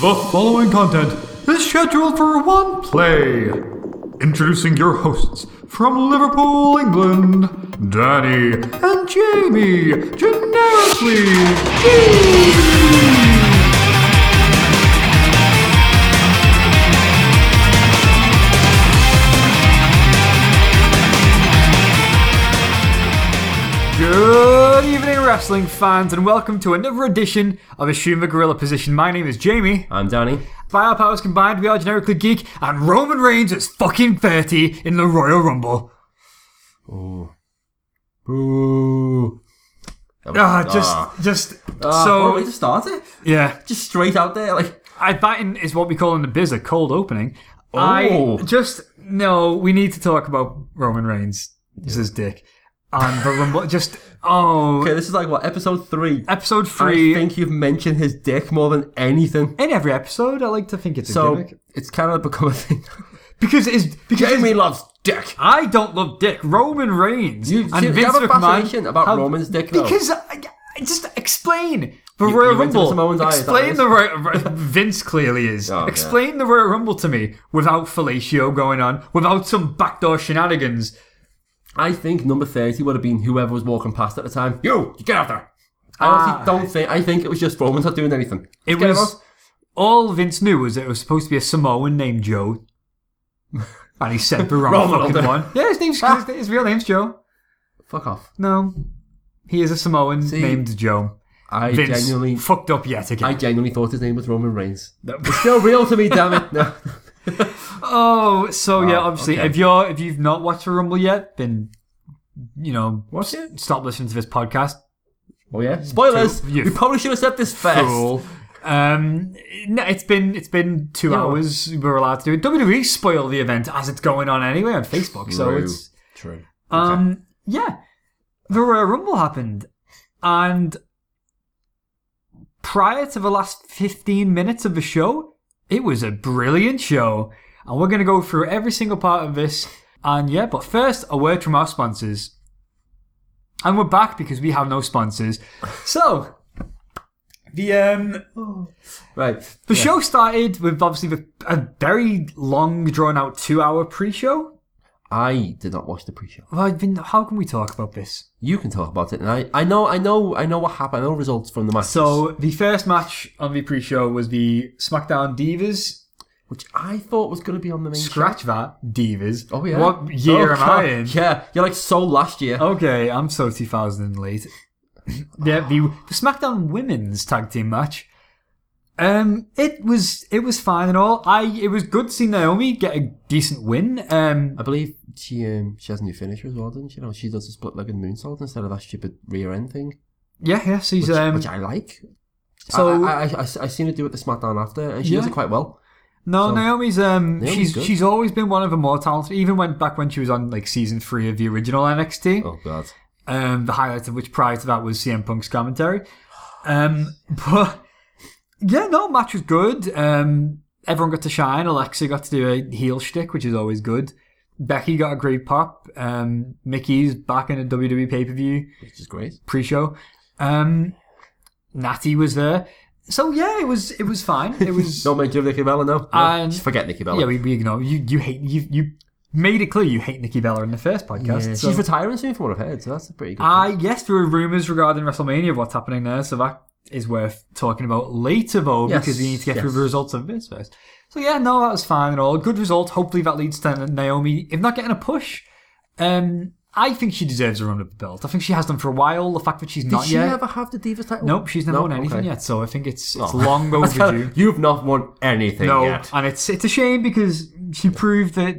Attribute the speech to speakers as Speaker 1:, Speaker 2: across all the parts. Speaker 1: The following content is scheduled for one play. Introducing your hosts from Liverpool, England, Danny and Jamie, generically Jamie.
Speaker 2: Good evening, wrestling fans, and welcome to another edition of Assume the Gorilla Position. My name is Jamie.
Speaker 3: I'm Danny.
Speaker 2: By our powers combined, we are generically geek, and Roman Reigns is fucking 30 in the Royal Rumble.
Speaker 3: Oh.
Speaker 1: Boo.
Speaker 2: Ah, just, just,
Speaker 3: So Oh, we
Speaker 2: so,
Speaker 3: just start Ah, it,
Speaker 2: yeah.
Speaker 3: just straight out there, like
Speaker 2: I, that in- is what we call in the biz a cold opening. I
Speaker 3: Oh.
Speaker 2: just, no, we need to talk about Roman Reigns. This is dick. And the Rumble, just, oh.
Speaker 3: okay, this is like what episode three.
Speaker 2: Episode
Speaker 3: I
Speaker 2: 3.
Speaker 3: think you've mentioned his dick more than anything,
Speaker 2: in every episode, I like to think it's a
Speaker 3: so
Speaker 2: gimmick.
Speaker 3: it's kind of become a thing.
Speaker 2: Because it is, because it is-
Speaker 3: Jamie loves dick.
Speaker 2: I don't love dick. Roman Reigns
Speaker 3: You,
Speaker 2: and
Speaker 3: you
Speaker 2: Vince
Speaker 3: have a
Speaker 2: McMahon
Speaker 3: fascination about
Speaker 2: have-
Speaker 3: Roman's dick, though.
Speaker 2: Because I, I- just explain the Royal
Speaker 3: you went to the
Speaker 2: Rumble.
Speaker 3: Samoans' eye, is that
Speaker 2: explain
Speaker 3: what
Speaker 2: the Royal Vince clearly is.
Speaker 3: Oh, yeah.
Speaker 2: explain the Royal Rumble to me without fellatio going on, without some backdoor shenanigans.
Speaker 3: I think number thirty would have been whoever was walking past at the time. You, you get out there. I honestly
Speaker 2: Ah.
Speaker 3: don't think. I think it was just Roman not doing anything.
Speaker 2: It
Speaker 3: Just get
Speaker 2: was
Speaker 3: out.
Speaker 2: all Vince knew was that it was supposed to be a Samoan named Joe, and he said the wrong
Speaker 3: Roman,
Speaker 2: fucking
Speaker 3: I'll do-
Speaker 2: one. Yeah, his name's his, his real name's Joe.
Speaker 3: Fuck off.
Speaker 2: No, he is a Samoan named Joe.
Speaker 3: I
Speaker 2: Vince
Speaker 3: genuinely,
Speaker 2: fucked up yet again.
Speaker 3: I genuinely thought his name was Roman Reigns. It's still real to me, damn it. No.
Speaker 2: Oh, so yeah, obviously,
Speaker 3: okay.
Speaker 2: if you're if you've not watched the Rumble yet, then you know,
Speaker 3: What's it?
Speaker 2: stop listening to this podcast.
Speaker 3: Oh yeah. Spoilers.
Speaker 2: Two- you
Speaker 3: we probably should have said this first.
Speaker 2: Cool. Um, no, it's been it's been two
Speaker 3: Yeah.
Speaker 2: hours. We were allowed to do it. WWE spoil the event as it's going on anyway on Facebook, so
Speaker 3: True.
Speaker 2: it's
Speaker 3: True.
Speaker 2: um yeah, the Royal Rumble happened, and prior to the last fifteen minutes of the show, it was a brilliant show, and we're gonna go through every single part of this. And yeah, but first, a word from our sponsors. And we're back because we have no sponsors. So, the um,
Speaker 3: Right.
Speaker 2: the show started with obviously the, a very long, drawn out two hour pre show.
Speaker 3: I did not watch the pre-show.
Speaker 2: Well, I've been- how can we talk about this?
Speaker 3: You can talk about it, and I, I know, I know, I know what happened. I know results from the match.
Speaker 2: So, the first match on the pre show was the SmackDown Divas.
Speaker 3: which I thought was going to be on the main.
Speaker 2: Scratch that, Divas.
Speaker 3: show. Oh yeah.
Speaker 2: What year
Speaker 3: Oh,
Speaker 2: am I
Speaker 3: God,
Speaker 2: in? Oh.
Speaker 3: Yeah, you're like so last year.
Speaker 2: Okay, I'm so 2000 and late. yeah, the, the SmackDown Women's Tag Team match. Um, it was it was fine and all. I it was good to see Naomi get a decent win. Um,
Speaker 3: I believe she um she has a new finisher as well, doesn't she? You know, she does a split legged moonsault instead of that stupid rear end thing,
Speaker 2: yeah, yeah, she's
Speaker 3: which,
Speaker 2: um,
Speaker 3: which I like.
Speaker 2: so
Speaker 3: I, I, I, I, I seen her do it the SmackDown after, and she does
Speaker 2: Yeah.
Speaker 3: it quite well.
Speaker 2: No,
Speaker 3: So-
Speaker 2: Naomi's um,
Speaker 3: Naomi's
Speaker 2: she's
Speaker 3: good.
Speaker 2: she's always been one of the more talented. Even when back when she was on like season three of the original NXT,
Speaker 3: Oh god.
Speaker 2: um, the highlight of which prior to that was CM Punk's commentary. Um, but yeah, no, match was good. Um, everyone got to shine. Alexa got to do a heel shtick, which is always good. Becky got a great pop. Um, Mickey's back in a WWE pay per view
Speaker 3: Which is great.
Speaker 2: pre show. Um, Natty was there, so yeah, it was it was fine. It was
Speaker 3: Don't mention Nikki Bella, no. no.
Speaker 2: And-
Speaker 3: just forget Nikki Bella.
Speaker 2: Yeah, we, we ignore you. You hate you. You made it clear you hate Nikki Bella in the first podcast. so- Ah,
Speaker 3: She's retiring soon, from what I've heard, so that's a pretty good.
Speaker 2: I yes, there were rumors regarding WrestleMania of what's happening there, so that is worth talking about later though,
Speaker 3: Yes,
Speaker 2: because we need to get
Speaker 3: yes.
Speaker 2: through the results of this first. So yeah, no, that was fine and all. Good result. Hopefully that leads to Naomi, if not getting a push. Um, I think she deserves a run of the belt. I think she has them for a while. The fact that she's
Speaker 3: Did
Speaker 2: not
Speaker 3: she
Speaker 2: yet.
Speaker 3: ever have the Divas title?
Speaker 2: Nope, she's never
Speaker 3: No?
Speaker 2: won anything
Speaker 3: Okay.
Speaker 2: yet, so I think it's it's
Speaker 3: Oh.
Speaker 2: long
Speaker 3: That's
Speaker 2: overdue.
Speaker 3: kinda- You've not won anything
Speaker 2: No,
Speaker 3: yet.
Speaker 2: and it's it's a shame because she proved that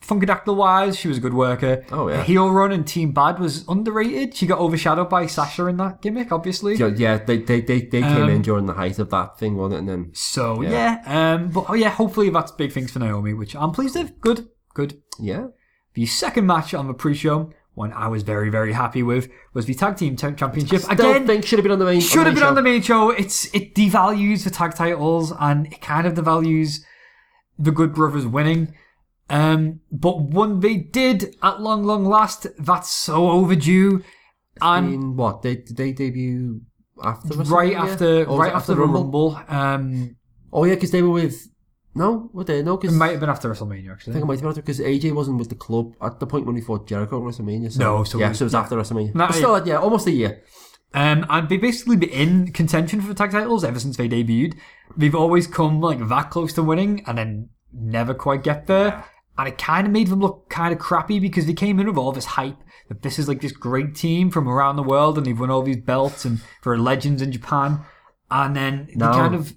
Speaker 2: Funkadactyl wise, she was a good worker.
Speaker 3: Oh, yeah.
Speaker 2: Her heel run and Team Bad was underrated. She got overshadowed by Sasha in that gimmick, obviously.
Speaker 3: Yeah, yeah, they they they, they
Speaker 2: Um,
Speaker 3: came in during the height of that thing, wasn't it? And then
Speaker 2: So yeah.
Speaker 3: Yeah.
Speaker 2: um, but oh yeah, hopefully that's big things for Naomi, which I'm pleased with. Good, good.
Speaker 3: yeah,
Speaker 2: The second match on the pre-show, one I was very very happy with, was the tag team Cha- championship
Speaker 3: don't
Speaker 2: again.
Speaker 3: think should have been on the main.
Speaker 2: Should have been on the
Speaker 3: main
Speaker 2: main show. It's it devalues the tag titles and it kind of devalues the Good Brothers winning. Um, but one they did at long, long last. That's so overdue.
Speaker 3: show.
Speaker 2: And
Speaker 3: In what they did they debut after
Speaker 2: right
Speaker 3: WrestleMania?
Speaker 2: after,
Speaker 3: Or was
Speaker 2: right
Speaker 3: Oh, it
Speaker 2: after the Rumble, um,
Speaker 3: Oh yeah, because they were with. No, were they? No,
Speaker 2: It
Speaker 3: because
Speaker 2: might
Speaker 3: I
Speaker 2: have been after WrestleMania, actually.
Speaker 3: think it might have been after because AJ wasn't with the club at the point when he fought Jericho at WrestleMania. So,
Speaker 2: No, so
Speaker 3: yeah,
Speaker 2: we-
Speaker 3: so it was
Speaker 2: yeah.
Speaker 3: after WrestleMania.
Speaker 2: No,
Speaker 3: but still, yeah. almost a year.
Speaker 2: Um, and they've basically been in contention for the tag titles ever since they debuted. They've always come like that close to winning and then never quite get there. And it kind of made them look kind of crappy because they came in with all this hype that this is like this great team from around the world and they've won all these belts and they're legends in Japan. And then
Speaker 3: No.
Speaker 2: they kind of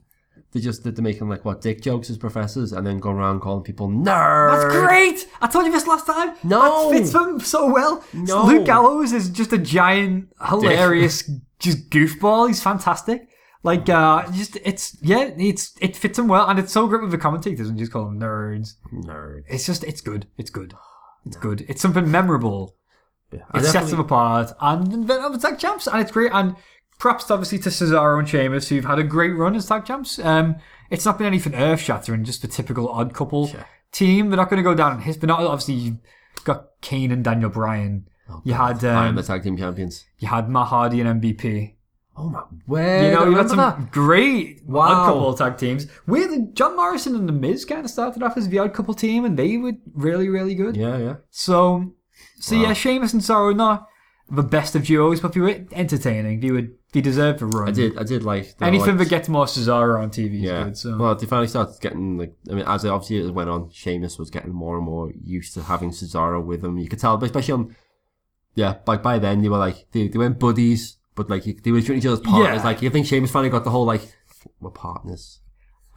Speaker 3: They just did the making like what dick jokes as professors and then go around calling people nerds.
Speaker 2: That's great! I told you this last time.
Speaker 3: No.
Speaker 2: that fits them so well.
Speaker 3: No.
Speaker 2: Luke Gallows is just a giant, hilarious, just goofball. He's fantastic. Like, uh, just it's yeah, it's it fits him well, and it's so great with the commentators and just call them nerds.
Speaker 3: Nerd.
Speaker 2: It's just it's good. It's good. It's good. It's something memorable.
Speaker 3: Yeah. I
Speaker 2: It sets
Speaker 3: definitely-
Speaker 2: them apart, and then other tag champs, and it's great. And props obviously to Cesaro and Sheamus, who've had a great run as tag champs. Um, it's not been anything earth shattering, just the typical odd couple
Speaker 3: Sure.
Speaker 2: team. They're not going to go down in history. Not obviously you have got Kane and Daniel Bryan. you had
Speaker 3: Oh, I am the
Speaker 2: um,
Speaker 3: tag team champions.
Speaker 2: you had Matt Hardy and MVP.
Speaker 3: Oh my word!
Speaker 2: You know, you
Speaker 3: remember
Speaker 2: had some
Speaker 3: that?
Speaker 2: great
Speaker 3: Wow.
Speaker 2: odd couple tag teams. Weirdly, John Morrison and The Miz kind of started off as the odd couple team, and they were really, really good.
Speaker 3: Yeah, yeah.
Speaker 2: So, so yeah, Sheamus and Sorrow not the best of duos, but they were entertaining. They would they deserved a run.
Speaker 3: I did. I did like that,
Speaker 2: Anything
Speaker 3: like,
Speaker 2: that gets more Cesaro on TV
Speaker 3: Yeah.
Speaker 2: is good. So
Speaker 3: Well, they finally started getting like. I mean, as it obviously it went on, Sheamus was getting more and more used to having Cesaro with him. You could tell, but especially on. Yeah, like by then they were like they, they weren't buddies, but like you- they were treating each other's partners.
Speaker 2: Yeah.
Speaker 3: Like you think Sheamus finally got the whole like we're partners.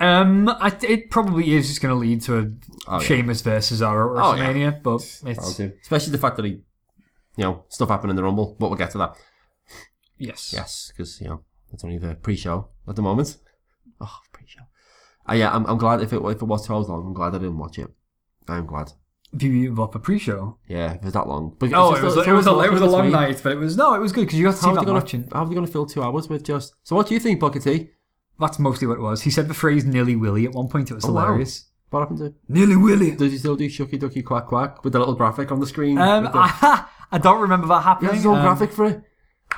Speaker 2: um, I, it probably is just going to lead to a
Speaker 3: Oh, yeah.
Speaker 2: Sheamus versus Cesaro at
Speaker 3: Oh, yeah.
Speaker 2: WrestleMania, but it's
Speaker 3: Especially the fact that he, you know, stuff happened in the Rumble, but we'll get to that.
Speaker 2: yes,
Speaker 3: Yes, because you know that's only the pre-show at the moment. Oh, pre-show. Uh, yeah, I'm, I'm glad if it if it was two hours long, I'm glad I didn't watch it. I'm glad.
Speaker 2: View of a pre-show.
Speaker 3: Yeah, if it was that long. But
Speaker 2: Oh,
Speaker 3: it's
Speaker 2: it
Speaker 3: just-
Speaker 2: was, it was a
Speaker 3: it's
Speaker 2: it was a long
Speaker 3: between.
Speaker 2: night, but it was no, it was good because you got to see
Speaker 3: How are,
Speaker 2: that
Speaker 3: they
Speaker 2: match.
Speaker 3: gonna,
Speaker 2: and
Speaker 3: how are they gonna fill two hours with just? So what do you think, Booker T?
Speaker 2: That's mostly what it was. He said the phrase "nilly willy" at one point. It was
Speaker 3: Oh, wow.
Speaker 2: hilarious.
Speaker 3: What happened to?
Speaker 2: Nilly willy.
Speaker 3: Does he still do shucky ducky quack quack with the little graphic on the screen?
Speaker 2: Um,
Speaker 3: With the,
Speaker 2: I, don't remember that
Speaker 3: he
Speaker 2: happening.
Speaker 3: has his own
Speaker 2: Um,
Speaker 3: graphic for it.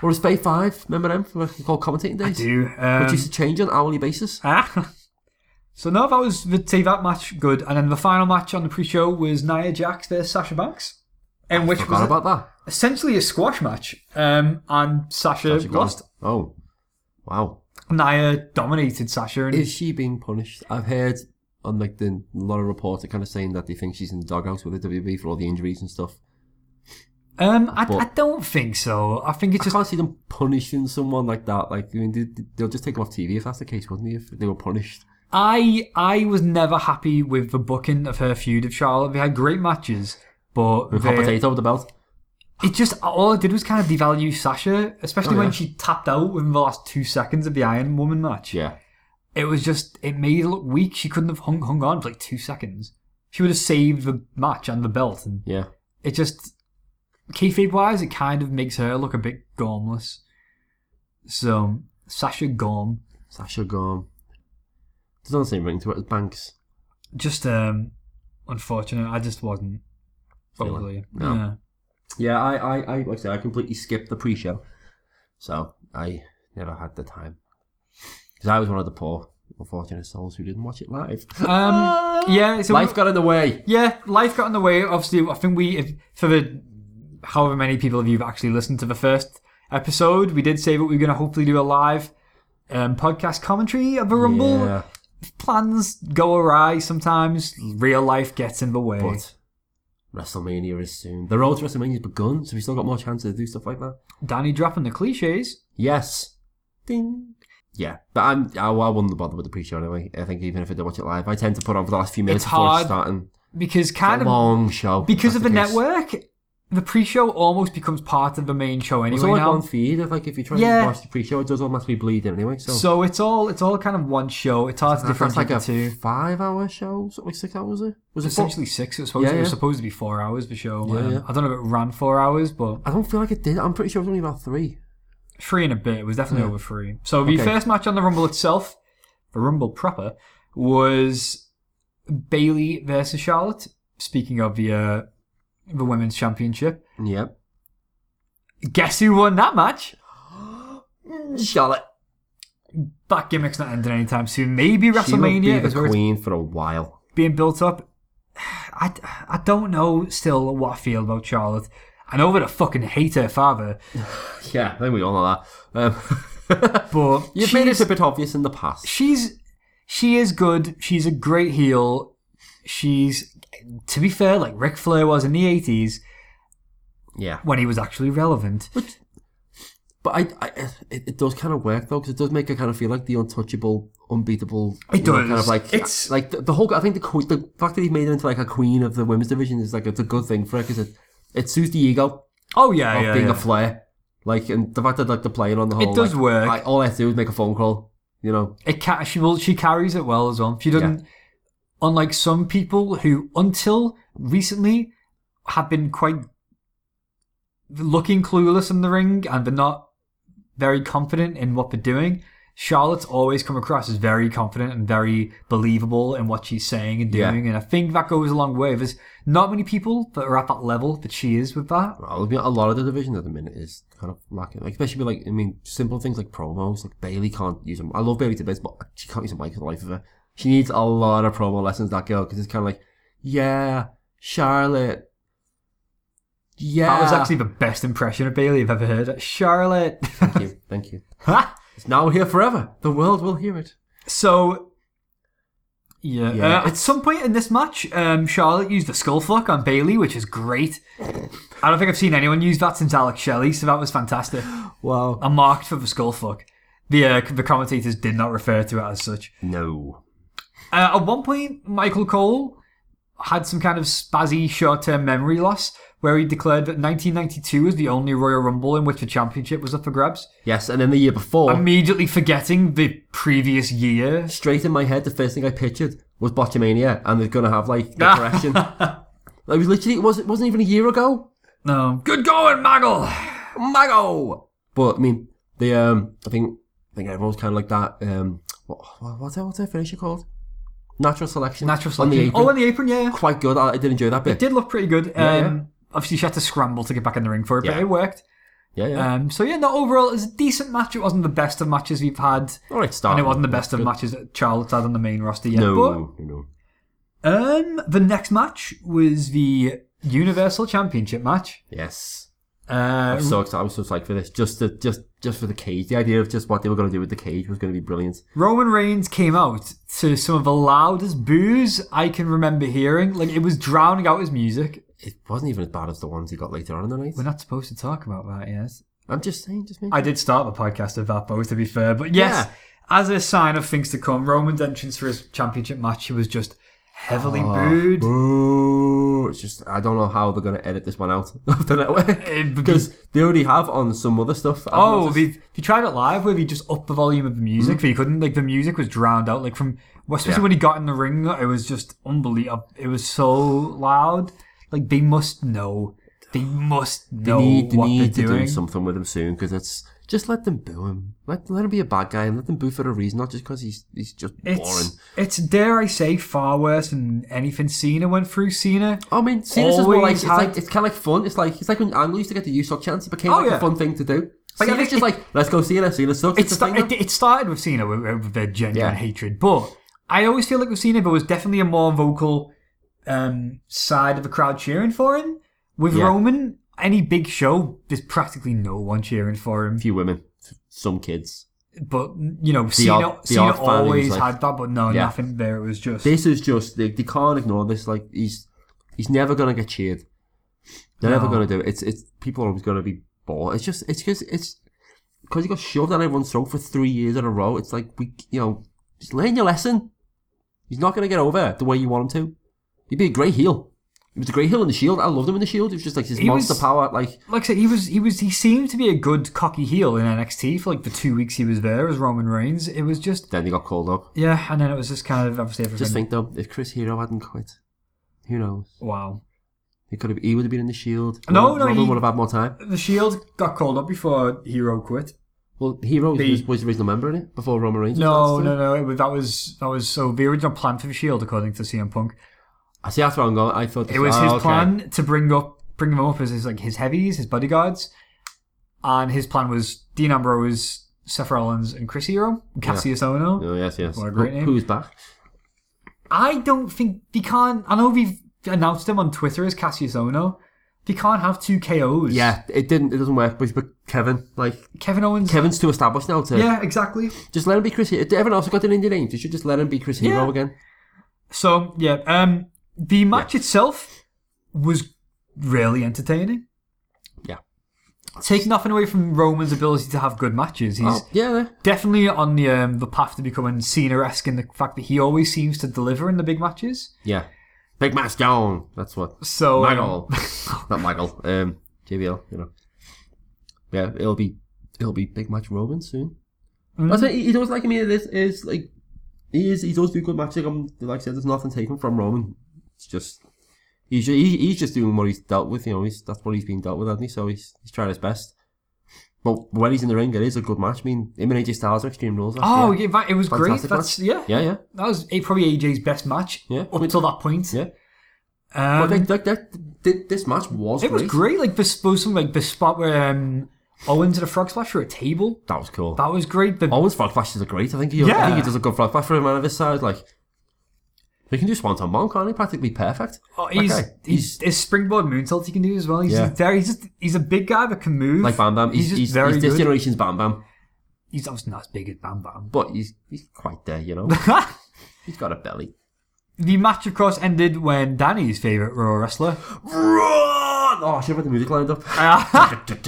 Speaker 3: Or his Bay Five, remember them? From called commentating days.
Speaker 2: I do. Um,
Speaker 3: Which used to change on an hourly basis.
Speaker 2: Ah. So no, that was the say that match good, and then the final match on the pre-show was Nia Jax versus Sasha Banks, and which was
Speaker 3: Forgot about that.
Speaker 2: essentially a squash match. Um, and Sasha,
Speaker 3: Actually,
Speaker 2: lost.
Speaker 3: Oh, wow.
Speaker 2: Nia dominated Sasha, and
Speaker 3: Is she being punished? I've heard on like the a lot of reports, are kind of saying that they think she's in the doghouse with the WWE for all the injuries and stuff.
Speaker 2: um, I,
Speaker 3: but-
Speaker 2: I don't think so. I think it's
Speaker 3: Just
Speaker 2: just
Speaker 3: can't see them punishing someone like that. Like, I mean, they, they'll just take them off TV if that's the case, wouldn't they? If they were punished.
Speaker 2: I I was never happy with the booking of her feud of Charlotte. They had great matches, but
Speaker 3: With hot
Speaker 2: they-
Speaker 3: potato with the belt.
Speaker 2: it just all it did was kind of devalue Sasha, especially
Speaker 3: Oh,
Speaker 2: when
Speaker 3: yeah.
Speaker 2: she tapped out within the last two seconds of the Iron Woman match.
Speaker 3: Yeah.
Speaker 2: it was just it made her look weak. She couldn't have hung hung on for like two seconds. She would have saved the match and the belt, and
Speaker 3: Yeah.
Speaker 2: it just kayfabe wise, it kind of makes her look a bit gormless. So Sasha Gorm,
Speaker 3: Sasha Gorm. Doesn't seem ring to it as Banks.
Speaker 2: just um, unfortunate. I just wasn't probably
Speaker 3: No.
Speaker 2: yeah.
Speaker 3: Yeah, I, I, I, like I said, I completely skipped the pre-show, so I never had the time because I was one of the poor, unfortunate souls who didn't watch it live.
Speaker 2: Um, yeah, so
Speaker 3: Life got in the way.
Speaker 2: yeah, life got in the way. Obviously, I think we, if, for the however many people of you have actually listened to the first episode, we did say that we were going to hopefully do a live um, podcast commentary of the Rumble.
Speaker 3: Yeah,
Speaker 2: Plans go awry sometimes. Real life gets in the way.
Speaker 3: but WrestleMania is soon. The road to WrestleMania's begun, so we still got more chances to do stuff like that.
Speaker 2: Danny dropping the cliches.
Speaker 3: Yes. Ding. Yeah, but I'm. I, I wouldn't bother with the pre-show anyway. I think even if I did watch it live, I tend to put on for the last few minutes
Speaker 2: It's
Speaker 3: before
Speaker 2: hard.
Speaker 3: starting.
Speaker 2: Because
Speaker 3: Kind
Speaker 2: kind of
Speaker 3: long show
Speaker 2: because of
Speaker 3: that's
Speaker 2: the
Speaker 3: case.
Speaker 2: network, the pre-show almost becomes part of the main show
Speaker 3: It's
Speaker 2: anyway
Speaker 3: all like
Speaker 2: now.
Speaker 3: one feed. If like if you try
Speaker 2: Yeah.
Speaker 3: to watch the pre-show, it does automatically bleed in anyway. So,
Speaker 2: So it's all it's all kind of one show. It's hard to
Speaker 3: I think it's
Speaker 2: differentiate
Speaker 3: like
Speaker 2: the
Speaker 3: a
Speaker 2: two.
Speaker 3: five-hour show, something like six hours. Was it? Was it four?
Speaker 2: essentially six. It was supposed,
Speaker 3: Yeah,
Speaker 2: it was
Speaker 3: yeah.
Speaker 2: supposed to be four hours the show.
Speaker 3: Yeah,
Speaker 2: Um,
Speaker 3: yeah.
Speaker 2: I don't know if it ran four hours, but
Speaker 3: I don't feel like it did. I'm pretty sure it was only about three.
Speaker 2: three and a bit. It was definitely
Speaker 3: Yeah.
Speaker 2: over three. So the
Speaker 3: Okay.
Speaker 2: first match on the Rumble itself, the Rumble proper, was Bailey versus Charlotte. Speaking of the uh, the women's championship,
Speaker 3: Yep.
Speaker 2: guess who won that match?
Speaker 3: Charlotte.
Speaker 2: that gimmick's not ending anytime soon. Maybe
Speaker 3: She will be
Speaker 2: WrestleMania is
Speaker 3: the
Speaker 2: where it's
Speaker 3: queen for a while.
Speaker 2: being built up. I, I don't know still what I feel about Charlotte. I know that I fucking hate her father,
Speaker 3: Yeah, I think we all know that. Um,
Speaker 2: but
Speaker 3: you've made it a bit obvious in the past.
Speaker 2: she's she is good. She's a great heel. She's to be fair, like Ric Flair was in the eighties
Speaker 3: Yeah,
Speaker 2: when he was actually relevant.
Speaker 3: but I, I it, it does kind of work though because it does make her kind of feel like the untouchable, unbeatable.
Speaker 2: It
Speaker 3: you know, kind
Speaker 2: does.
Speaker 3: of like
Speaker 2: It's-
Speaker 3: like the, the whole. I think the que- the fact that he's made her into like a queen of the women's division is like it's a good thing for her because it it suits the ego
Speaker 2: Oh yeah,
Speaker 3: of
Speaker 2: yeah.
Speaker 3: being
Speaker 2: yeah.
Speaker 3: a flair. Like and the fact that like they're playing on the whole.
Speaker 2: does
Speaker 3: like,
Speaker 2: work.
Speaker 3: I, all I have to do is make a phone call. You know,
Speaker 2: it ca- she will she carries it well as well. She doesn't unlike some people who until recently have been quite looking clueless in the ring and they're not very confident in what they're doing. Charlotte's always come across as very confident and very believable in what she's saying and
Speaker 3: Yeah.
Speaker 2: doing, and I think that goes a long way. There's not many people that are at that level that she is with that.
Speaker 3: Well, I mean, a lot of the division at the minute is kind of lacking. Like, especially with, like, I mean, simple things like promos. Like, Bailey can't use them. I love Bailey to bits, but she can't use a mic for the life of her. She needs a lot of promo lessons, that girl, because it's kind of like, yeah, Charlotte. Yeah.
Speaker 2: That was actually the best impression of Bailey I've ever heard. Charlotte.
Speaker 3: Thank you. Thank you. It's now here forever. The world will hear it.
Speaker 2: So, yeah.
Speaker 3: Yeah,
Speaker 2: uh, at
Speaker 3: it's-
Speaker 2: some point in this match, um, Charlotte used the skull fuck on Bailey, which is great. I don't think I've seen anyone use that since Alex Shelley, so that was fantastic.
Speaker 3: Wow.
Speaker 2: I marked for the skull fuck. The, uh, the commentators did not refer to it as such.
Speaker 3: No.
Speaker 2: Uh, at one point, Michael Cole had some kind of spazzy short term memory loss where he declared that 1992 was the only Royal Rumble in which the championship was up for grabs,
Speaker 3: Yes, and then the year before,
Speaker 2: immediately forgetting the previous year.
Speaker 3: straight in my head, the first thing I pictured was Botchamania, and they're going to have, like, the correction. like, it was literally, it was- it wasn't even a year ago.
Speaker 2: No. Good going, Maggle!
Speaker 3: Mago. But I mean, the um, I think I think everyone's kind of like that. Um, what, what what's that? What's that finisher called? Natural selection.
Speaker 2: Natural
Speaker 3: On the
Speaker 2: selection.
Speaker 3: apron.
Speaker 2: Oh, on the apron, yeah. yeah.
Speaker 3: Quite good. I, I did enjoy that bit.
Speaker 2: Did look pretty good.
Speaker 3: Yeah,
Speaker 2: um,
Speaker 3: yeah.
Speaker 2: Obviously, she had to scramble to get back in the ring for it, but
Speaker 3: Yeah.
Speaker 2: it worked.
Speaker 3: Yeah, yeah.
Speaker 2: Um, so, yeah, no, overall, it was a decent match. It wasn't the best of matches we've had,
Speaker 3: All right, start.
Speaker 2: and it wasn't the best of matches that Charlotte's had on the main roster yet.
Speaker 3: No,
Speaker 2: But
Speaker 3: Oh, no, no.
Speaker 2: um, the next match was the Universal Championship match.
Speaker 3: Yes.
Speaker 2: Uh,
Speaker 3: I'm so excited. I was so psyched for this. Just to, just just for the cage. The idea of just what they were going to do with the cage was going to be brilliant.
Speaker 2: Roman Reigns came out to some of the loudest boos I can remember hearing. Like, it was drowning out his music.
Speaker 3: It wasn't even as bad as the ones he got later on in the night.
Speaker 2: We're not supposed to talk about that, yes.
Speaker 3: I'm just saying, just me.
Speaker 2: I did start the podcast of that, both to be fair. But yes,
Speaker 3: Yeah.
Speaker 2: as a sign of things to come, Roman's entrance for his championship match, he was just heavily
Speaker 3: Oh,
Speaker 2: booed.
Speaker 3: Boo. It's just I don't know how they're gonna edit this one out of
Speaker 2: Eh,
Speaker 3: the network because they already have on some other stuff. I've
Speaker 2: Oh,
Speaker 3: noticed.
Speaker 2: they they tried it live where they just upped the volume of the music, but you couldn't. Like the music was drowned out. Like from well, especially
Speaker 3: Mm. Yeah.
Speaker 2: when he got in the ring, it was just unbelievable. It was so loud. Like they must know. They must
Speaker 3: they
Speaker 2: know
Speaker 3: need they
Speaker 2: what
Speaker 3: need
Speaker 2: they're
Speaker 3: to
Speaker 2: doing.
Speaker 3: do something with him soon because it's just let them boo him. Let let him be a bad guy and let them boo for a reason, not just because he's he's just boring.
Speaker 2: it's it's dare I say far worse than anything Cena went through. Cena.
Speaker 3: I mean, see, this is more like
Speaker 2: always
Speaker 3: it's
Speaker 2: had-
Speaker 3: like it's kind of like fun. It's like it's like when Angle used to get the Usoc chance. It became
Speaker 2: Oh,
Speaker 3: like
Speaker 2: yeah.
Speaker 3: a fun thing to do.
Speaker 2: See,
Speaker 3: Like I think it's
Speaker 2: it-
Speaker 3: just like let's go see it. See sucks.
Speaker 2: it,
Speaker 3: It's, a
Speaker 2: sta-
Speaker 3: thing
Speaker 2: it,
Speaker 3: now.
Speaker 2: it started with Cena with, with their genuine
Speaker 3: Yeah.
Speaker 2: hatred, but I always feel like with Cena there was definitely a more vocal um, side of the crowd cheering for him. With
Speaker 3: Yeah.
Speaker 2: Roman, any big show, there's practically no one cheering for him.
Speaker 3: few women, some kids.
Speaker 2: But you know, Cena,
Speaker 3: odd- the
Speaker 2: Cena
Speaker 3: odd fan who's
Speaker 2: always
Speaker 3: like-
Speaker 2: had that, but no,
Speaker 3: Yeah.
Speaker 2: nothing there. It was just
Speaker 3: This is just they, they can't ignore this. Like he's he's never gonna get cheered. They're never
Speaker 2: No.
Speaker 3: gonna do it. It's it's people are always gonna be bored. It's just it's just it's because he got shoved down everyone's throat for three years in a row. It's like we you know just learn your lesson. He's not gonna get over it the way you want him to. He'd be a great heel. He was a great heel in the Shield. I loved him in the Shield. It was just like his
Speaker 2: He
Speaker 3: monster
Speaker 2: was-
Speaker 3: power. Like
Speaker 2: like I said, he was he was he seemed to be a good cocky heel in NXT for like the two weeks he was there as Roman Reigns. It was just
Speaker 3: then they got called up.
Speaker 2: yeah, and then it was just kind of obviously everything.
Speaker 3: Just think though, if Chris Hero hadn't quit, who knows?
Speaker 2: wow,
Speaker 3: He could have. He would have been in the Shield.
Speaker 2: No, no,
Speaker 3: Roman
Speaker 2: he-
Speaker 3: would have had more time.
Speaker 2: the Shield got called up before Hero quit.
Speaker 3: Well, Hero
Speaker 2: The-
Speaker 3: was, was the original member in it before Roman Reigns. was
Speaker 2: No,
Speaker 3: announced,
Speaker 2: no,
Speaker 3: too.
Speaker 2: no. It, was- that was that was so the original plan for the Shield, according to CM Punk,
Speaker 3: I see. That's where I'm going. I thought this-
Speaker 2: it was
Speaker 3: oh,
Speaker 2: his
Speaker 3: okay.
Speaker 2: plan to bring up bring them up as his like his heavies, his bodyguards, and his plan was Dean Ambrose, Seth Rollins and Chris Hero, Cassius Ono.
Speaker 3: Oh, yes, yes.
Speaker 2: What a great
Speaker 3: Who-
Speaker 2: name.
Speaker 3: Who's back?
Speaker 2: I don't think they can't. I know we've announced him on Twitter as Cassius Ono. They can't have two KOs.
Speaker 3: Yeah, it didn't. It doesn't work. But, but Kevin, like
Speaker 2: Kevin Owens.
Speaker 3: Kevin's too established now to
Speaker 2: Yeah, exactly.
Speaker 3: just let him be Chris. Hero. Everyone else has got an indie name. You should just let him be Chris Hero
Speaker 2: Yeah.
Speaker 3: again.
Speaker 2: So yeah, um, the match itself was really entertaining.
Speaker 3: Yeah.
Speaker 2: Take nothing away from Roman's ability to have good matches. He's
Speaker 3: Oh, yeah,
Speaker 2: definitely on the um, the path to becoming Cena-esque in the fact that he always seems to deliver in the big matches.
Speaker 3: yeah. Big Mass John. That's what.
Speaker 2: So um,
Speaker 3: Michael, Oh, not Michael. Um, JBL. You know. Yeah, it'll be it'll be big match Roman soon.
Speaker 2: Mm.
Speaker 3: That's it. He, he does like I mean, this is like he is he does do good matches. Like, um, like I said, there's nothing taken from Roman. It's just he's just, he, he's just doing what he's dealt with. You know, he's that's what he's been dealt with, hasn't he? So he's he's trying his best. But when he's in the ring, it is a good match. I mean, him and AJ Styles are Extreme Rules. last
Speaker 2: oh,
Speaker 3: year.
Speaker 2: yeah, that- it was great.
Speaker 3: Fantastic
Speaker 2: That's yeah,
Speaker 3: yeah, yeah,
Speaker 2: That was eh, probably AJ's best match
Speaker 3: Yeah.
Speaker 2: up till that point.
Speaker 3: yeah.
Speaker 2: Um,
Speaker 3: But like, like, that, th- this match was
Speaker 2: it
Speaker 3: great.
Speaker 2: was great. Like the something like the spot where um, Owen did a frog splash for a table.
Speaker 3: That was cool.
Speaker 2: That was great. The
Speaker 3: Owen's frog flashes are great. I think he, I
Speaker 2: Yeah.
Speaker 3: think he does a good frog flash for a man of his size. Like, he can do swanton bomb, can't he? Practically perfect.
Speaker 2: Oh,
Speaker 3: That
Speaker 2: he's,
Speaker 3: guy,
Speaker 2: he's his springboard moonsault he can do as well. He's
Speaker 3: Yeah.
Speaker 2: just very he's just he's a big guy that can move.
Speaker 3: like Bam Bam.
Speaker 2: He's,
Speaker 3: He's, he's,
Speaker 2: just
Speaker 3: he's,
Speaker 2: very
Speaker 3: this
Speaker 2: good.
Speaker 3: generation's Bam Bam,
Speaker 2: He's obviously not as big as Bam Bam.
Speaker 3: but he's he's quite there. You know, he's got a belly.
Speaker 2: the match, of course, ended when Danny's favorite Raw wrestler.
Speaker 3: Run! Oh, I should have had the music lined up.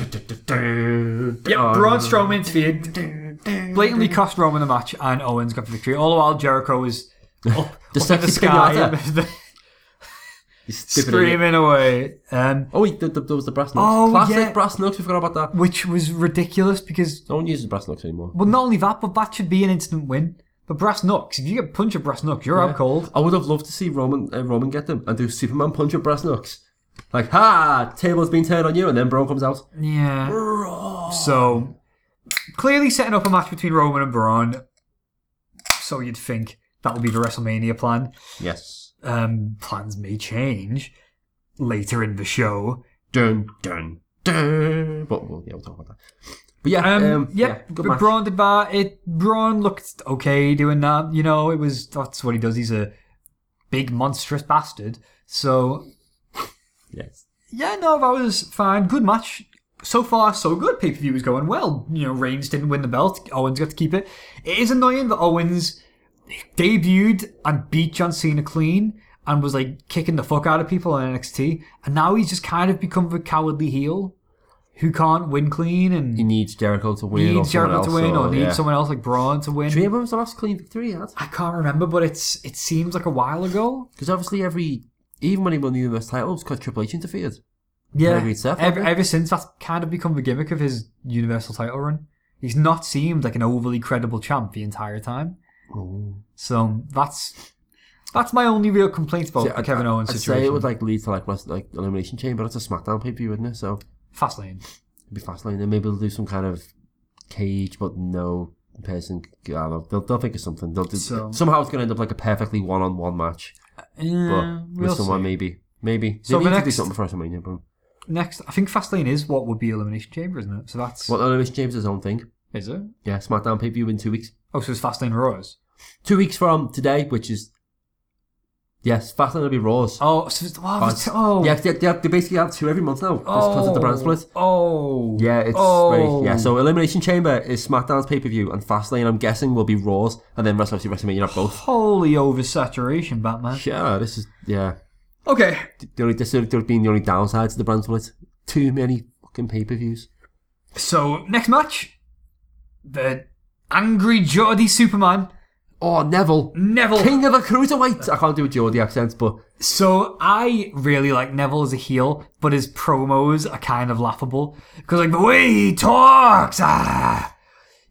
Speaker 3: Oh,
Speaker 2: Yep, Braun Strowman interfered, blatantly cost Roman the match, and Owens got the victory. All the while, Jericho was up,
Speaker 3: The
Speaker 2: up in the
Speaker 3: sexy
Speaker 2: sky,
Speaker 3: pinata. He's stupid idiot.
Speaker 2: screaming away. Um,
Speaker 3: Oh, he, th- th- there was the brass nooks.
Speaker 2: Oh,
Speaker 3: Classic
Speaker 2: yeah.
Speaker 3: brass nooks. We forgot about that.
Speaker 2: which was ridiculous because,
Speaker 3: No one uses brass nooks anymore.
Speaker 2: well, not only that, but that should be an instant win. But brass knucks, if you get punch of brass knucks, you're out cold.
Speaker 3: I would have loved to see Roman uh, Roman get them and do Superman punch at brass nooks. Like, ha! Table's been turned on you, and then Braun comes out.
Speaker 2: Yeah. So clearly setting up a match between Roman and Braun. So you'd think that would be the WrestleMania plan.
Speaker 3: Yes.
Speaker 2: Um, plans may change later in the show.
Speaker 3: Dun dun dun. But well, yeah, we'll talk about that. But yeah,
Speaker 2: Um,
Speaker 3: um,
Speaker 2: yeah, but
Speaker 3: good match.
Speaker 2: Braun did that. It Braun looked okay doing that. You know, it was that's what he does. He's a big monstrous bastard. So
Speaker 3: yes.
Speaker 2: yeah, no, that was fine. Good match. So far, so good. Pay per view was going well. You know, Reigns didn't win the belt. Owens got to keep it. It is annoying that Owens debuted and beat John Cena clean and was like kicking the fuck out of people on NXT. And now he's just kind of become the cowardly heel who can't win clean
Speaker 3: He
Speaker 2: and
Speaker 3: needs Jericho to win. or
Speaker 2: needs
Speaker 3: someone
Speaker 2: Jericho to
Speaker 3: else,
Speaker 2: win or needs
Speaker 3: yeah.
Speaker 2: someone else like Braun to
Speaker 3: Do you
Speaker 2: win.
Speaker 3: remember when was the last clean victory he had?
Speaker 2: I can't remember, but it's it seems like a while ago.
Speaker 3: Because obviously every, even when he won the Universe title, it was because Triple H interfered.
Speaker 2: Yeah,
Speaker 3: Agreed, Seth,
Speaker 2: ever,
Speaker 3: okay.
Speaker 2: ever since that's kind of become the gimmick of his Universal title run. He's not seemed like an overly credible champ the entire time.
Speaker 3: Oh.
Speaker 2: So that's that's my only real complaint about
Speaker 3: Yeah,
Speaker 2: the Kevin
Speaker 3: I,
Speaker 2: Owens
Speaker 3: I'd
Speaker 2: situation.
Speaker 3: say it would like lead to like West, like elimination chamber. It's a SmackDown pay per view, wouldn't it? So
Speaker 2: Fastlane.
Speaker 3: it'd be fast lane. Then maybe they'll do some kind of cage, but no person. I don't know. They'll they'll think of something. They'll do,
Speaker 2: So-
Speaker 3: somehow it's gonna end up like a perfectly one on one match. but
Speaker 2: Yeah, we'll
Speaker 3: with someone
Speaker 2: see.
Speaker 3: maybe. Maybe.
Speaker 2: So
Speaker 3: they
Speaker 2: the
Speaker 3: need to do
Speaker 2: next-
Speaker 3: something for WrestleMania, but
Speaker 2: Next, I think Fastlane is what would be Elimination Chamber, isn't it? So that's
Speaker 3: well, no, no, it's James' own thing.
Speaker 2: is it?
Speaker 3: Yeah, SmackDown pay per view in two weeks.
Speaker 2: Oh, so it's Fastlane Raws.
Speaker 3: Two weeks from today, which is yes, Fastlane will be Raws.
Speaker 2: Oh, so it's, wow, that's,
Speaker 3: But-
Speaker 2: oh,
Speaker 3: yeah, they, they, have- they basically have two every month now. Just because of the brand split.
Speaker 2: Oh,
Speaker 3: Yeah, it's
Speaker 2: oh.
Speaker 3: very, yeah. So Elimination Chamber is SmackDown's pay per view, and Fastlane, I'm guessing, will be Raws, and then Wrestle- obviously WrestleMania have both.
Speaker 2: holy oversaturation, Batman.
Speaker 3: Yeah, this is yeah.
Speaker 2: Okay,
Speaker 3: The only this has been the only downside to the brand split. Too many fucking pay per views.
Speaker 2: So next match, the angry Geordie Superman
Speaker 3: Oh, Neville.
Speaker 2: Neville.
Speaker 3: King of the Cruiserweight. I can't do a Geordie accent, but
Speaker 2: So I really like Neville as a heel, but his promos are kind of laughable because like the way he talks, ah,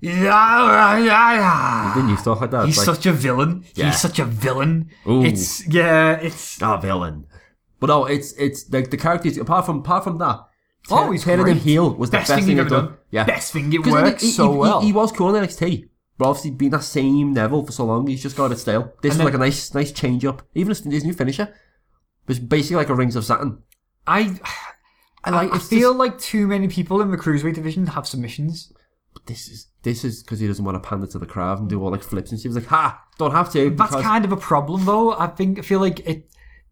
Speaker 2: yeah, ah, yeah, yeah.
Speaker 3: didn't you talk like that?
Speaker 2: he's
Speaker 3: like,
Speaker 2: such a villain.
Speaker 3: Yeah.
Speaker 2: He's such a villain.
Speaker 3: Ooh.
Speaker 2: It's yeah, it's
Speaker 3: a villain. But no, it's it's like the characters apart from apart from that.
Speaker 2: Oh, he's
Speaker 3: turning him
Speaker 2: great.
Speaker 3: heel was the best, thing
Speaker 2: he's
Speaker 3: they've
Speaker 2: ever
Speaker 3: done.
Speaker 2: done.
Speaker 3: Yeah,
Speaker 2: best thing. It
Speaker 3: 'Cause I mean,
Speaker 2: works
Speaker 3: he,
Speaker 2: so
Speaker 3: he, he-
Speaker 2: well.
Speaker 3: He, was cool in NXT, but obviously being that same Neville for so long, he's just got a bit stale. This was
Speaker 2: then-
Speaker 3: like a nice nice change up. Even his, his new finisher was basically like a Rings of Saturn.
Speaker 2: I
Speaker 3: I like.
Speaker 2: I
Speaker 3: it's
Speaker 2: feel
Speaker 3: just-
Speaker 2: like too many people in the cruiserweight division have submissions.
Speaker 3: but this is this is because he doesn't want to pander to the crowd and do all like flips and she was like, ha, don't have to.
Speaker 2: That's
Speaker 3: because
Speaker 2: kind of a problem, though. I think I feel like it.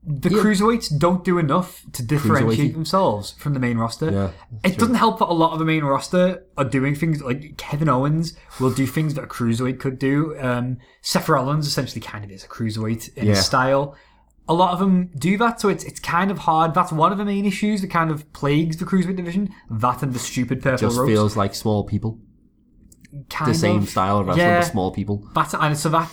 Speaker 2: The
Speaker 3: Yeah.
Speaker 2: cruiserweights don't do enough to differentiate
Speaker 3: Cruiserweight-
Speaker 2: themselves from the main roster.
Speaker 3: Yeah,
Speaker 2: it doesn't help that a lot of the main roster are doing things like Kevin Owens will do things that a cruiserweight could do. Um, Seth Rollins essentially kind of is a cruiserweight in
Speaker 3: Yeah.
Speaker 2: his style. A lot of them do that, so it's it's kind of hard. That's one of the main issues that kind of plagues the cruiserweight division. That and the stupid purple
Speaker 3: just
Speaker 2: ropes.
Speaker 3: feels like small people.
Speaker 2: kind
Speaker 3: The same
Speaker 2: of.
Speaker 3: style of wrestling,
Speaker 2: Yeah.
Speaker 3: but small people.
Speaker 2: That's and so that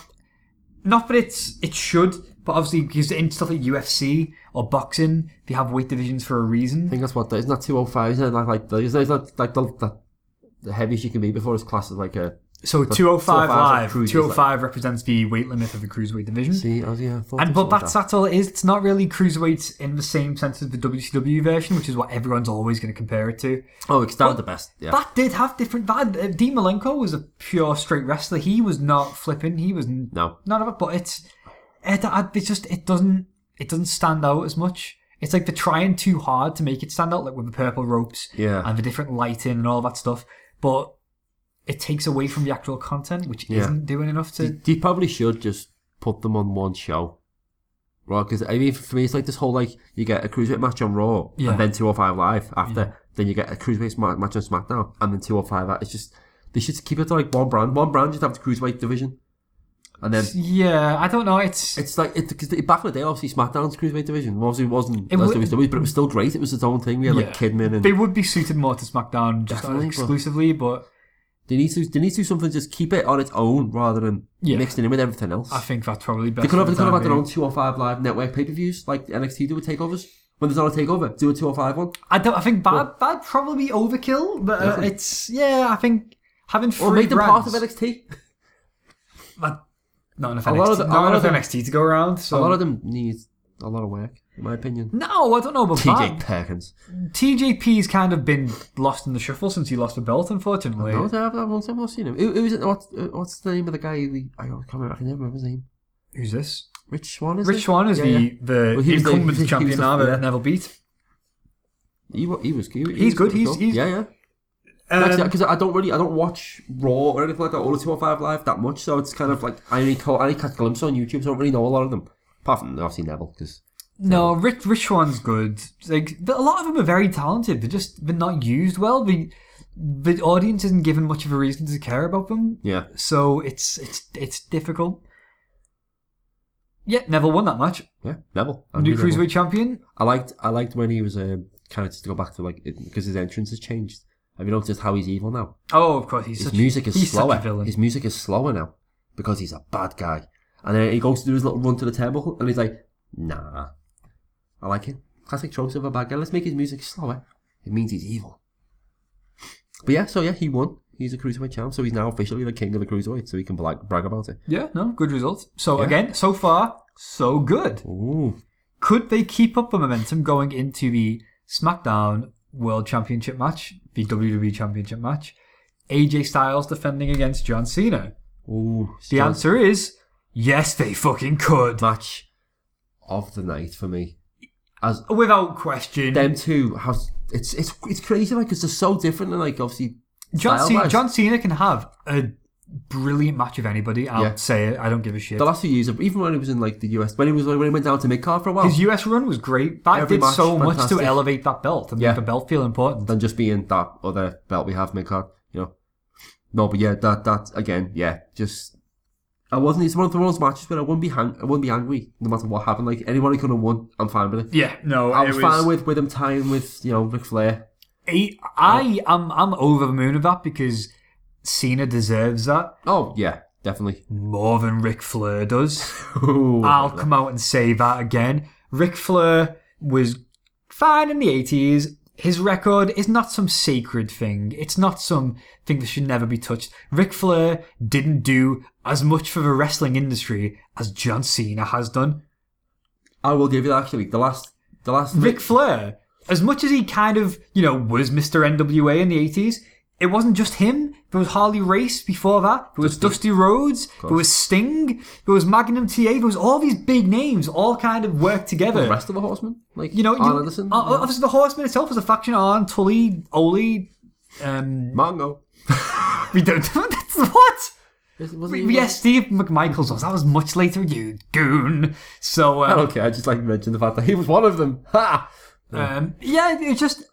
Speaker 2: not that it's it should, but obviously because in stuff like UFC or boxing, they have weight divisions for a reason.
Speaker 3: I think that's what that isn't that two oh five, isn't it? Like like the- isn't it like, like the, the the heaviest you can be before it's classed as like a
Speaker 2: So 205
Speaker 3: 205 's oh like
Speaker 2: live,
Speaker 3: cruisers,
Speaker 2: 205 represents the weight limit of the cruiserweight division.
Speaker 3: see as yeah, I thought
Speaker 2: and
Speaker 3: it
Speaker 2: but
Speaker 3: was like
Speaker 2: that's
Speaker 3: that.
Speaker 2: that's all it is. It's not really cruiserweights in the same sense as the WCW version, which is what everyone's always going to compare it to.
Speaker 3: Oh, it's down the best. Yeah.
Speaker 2: That did have different. That uh, Dean Malenko was a pure straight wrestler. He was not flipping. He was n-
Speaker 3: no.
Speaker 2: none of it. But it's it, I- it's just it doesn't it doesn't stand out as much. It's like they're trying too hard to make it stand out, like with the purple ropes
Speaker 3: Yeah.
Speaker 2: and the different lighting and all that stuff. But it takes away from the actual content, which
Speaker 3: Yeah.
Speaker 2: isn't doing enough to.
Speaker 3: You probably should just put them on one show. Right, because I mean, for me, it's like this whole like you get a cruiserweight match on Raw,
Speaker 2: Yeah.
Speaker 3: and then two or five live after. Then you get a cruiserweight ma- match on SmackDown, and then two or five. It's just they should keep it to like one brand. One brand just have the cruiserweight division, and then
Speaker 2: Yeah, I don't know. It's
Speaker 3: it's like it because back in the day, obviously SmackDown's cruiserweight division obviously wasn't
Speaker 2: It
Speaker 3: as
Speaker 2: wa-
Speaker 3: WCW, but it was still great. It was its own thing. We had like
Speaker 2: Yeah.
Speaker 3: Kidman, and
Speaker 2: They would be suited more to SmackDown just
Speaker 3: Definitely, but-
Speaker 2: exclusively, but
Speaker 3: they need to they need to do something. Just keep it on its own rather than
Speaker 2: Yeah.
Speaker 3: mixed in with everything else.
Speaker 2: I think that's probably better.
Speaker 3: They could have, they could have had their
Speaker 2: than-
Speaker 3: own 205 live network pay per views, like NXT do with takeovers. When there's not a takeover, do a 205 one.
Speaker 2: I don't. I think that that'd probably be overkill, but uh,
Speaker 3: Definitely.
Speaker 2: it's yeah. I think having
Speaker 3: Or
Speaker 2: three
Speaker 3: make them part
Speaker 2: brands,
Speaker 3: of NXT.
Speaker 2: that- not enough
Speaker 3: lot
Speaker 2: NXT,
Speaker 3: of the- a
Speaker 2: not
Speaker 3: lot
Speaker 2: enough
Speaker 3: of the-
Speaker 2: NXT to go around. So
Speaker 3: A lot of them need a lot of work, in my opinion.
Speaker 2: no, I don't know about
Speaker 3: TJ
Speaker 2: that.
Speaker 3: Perkins.
Speaker 2: TJP's kind of been lost in the shuffle since he lost the belt, unfortunately.
Speaker 3: No, I've, I've, I've not seen him. Who, who is it? What's, uh, what's the name of the guy? Who, the- I can't remember. I can never remember his name.
Speaker 2: Who's this?
Speaker 3: Rich Swan, is it?
Speaker 2: Rich Swan is
Speaker 3: Yeah,
Speaker 2: the
Speaker 3: yeah.
Speaker 2: the
Speaker 3: Well, he was the-
Speaker 2: incumbent
Speaker 3: he was
Speaker 2: champion
Speaker 3: the-
Speaker 2: now that
Speaker 3: yeah.
Speaker 2: Neville beat.
Speaker 3: He, wa- he was he,
Speaker 2: He's good, he's- he's-
Speaker 3: yeah, yeah.
Speaker 2: Um,
Speaker 3: Because I don't really, I don't watch Raw or anything like that, or the 205 Live that much, so it's kind of like, I only, call, I only catch glimpses on YouTube, so I don't really know a lot of them. Apart from, obviously, Neville, because
Speaker 2: No, Rich Rich one's good. Like but a lot of them are very talented. They're just they're not used well. The the audience isn't given much of a reason to care about them.
Speaker 3: Yeah.
Speaker 2: So it's it's it's difficult. Yeah, Neville won that match.
Speaker 3: Yeah. Neville.
Speaker 2: New
Speaker 3: Neville.
Speaker 2: cruiserweight champion.
Speaker 3: I liked I liked when he was um, kind of just to go back to like because his entrance has changed. Have you noticed how he's evil now?
Speaker 2: Oh, of course, he's
Speaker 3: His
Speaker 2: such
Speaker 3: music is
Speaker 2: he's
Speaker 3: slower.
Speaker 2: Such a villain.
Speaker 3: His music is slower now because he's a bad guy. And then he goes to do his little run to the table and he's like, nah, I like it. Classic tropes of a bad guy. Let's make his music slower. It means he's evil. But yeah, so yeah, he won. He's a cruiserweight champ, so he's now officially the king of the cruiserweight, so he can brag, brag about it.
Speaker 2: Yeah, no, good result. So again, so far, so good.
Speaker 3: Ooh,
Speaker 2: Could they keep up the momentum going into the SmackDown World Championship match, the WWE Championship match? AJ Styles defending against John Cena.
Speaker 3: ooh.
Speaker 2: The answer is yes, they fucking could,
Speaker 3: match of the night for me. As
Speaker 2: without question.
Speaker 3: them two have it's it's it's crazy like because they're so different and like obviously
Speaker 2: John, Cena,
Speaker 3: style-wise.
Speaker 2: John Cena can have a brilliant match of anybody. I'll
Speaker 3: Yeah.
Speaker 2: say it. I don't give a shit.
Speaker 3: the last few years even when he was in like the US when he was when he went down to mid card for a while
Speaker 2: His US run was great. That
Speaker 3: Every
Speaker 2: did
Speaker 3: match,
Speaker 2: so much to
Speaker 3: fantastic.
Speaker 2: elevate that belt and
Speaker 3: Yeah.
Speaker 2: make the belt feel important.
Speaker 3: than just being that other belt we have mid card you know no but yeah that that again yeah just I wasn't it's one of the world's matches but I wouldn't be hang, I wouldn't be angry no matter what happened like anyone who could have won I'm fine with it
Speaker 2: Yeah, no,
Speaker 3: I
Speaker 2: it
Speaker 3: was,
Speaker 2: was
Speaker 3: fine with with him tying with you know Ric Flair
Speaker 2: I, I am I'm over the moon of that because Cena deserves that
Speaker 3: oh yeah definitely
Speaker 2: more than Ric Flair does.
Speaker 3: Ooh,
Speaker 2: I'll come out and say that again. Ric Flair was fine in the 80s. His record is not some sacred thing. It's not some thing that should never be touched. Ric Flair didn't do as much for the wrestling industry as John Cena has done.
Speaker 3: I will give you that actually the last the last
Speaker 2: Ric Flair, as much as he kind of, you know, was Mr. NWA in the 80s, it wasn't just him. There was Harley Race before that. There was Dusty, Rhodes. There was Sting. There was Magnum TA. There was all these big names all kind of worked
Speaker 3: the
Speaker 2: together.
Speaker 3: rest of the Horsemen like
Speaker 2: You know,
Speaker 3: Arn
Speaker 2: you, Oh,
Speaker 3: Anderson
Speaker 2: uh, obviously the Horseman itself was a faction on Tully, Oli, um,
Speaker 3: Mongo
Speaker 2: we don't. that's what?
Speaker 3: Is- was it-
Speaker 2: Yes, Steve McMichaels was. That was much later, you goon. So,
Speaker 3: I
Speaker 2: uh,
Speaker 3: don't care. Oh, I just like mentioned the fact that he was one of them. Ha!
Speaker 2: um, yeah, it just.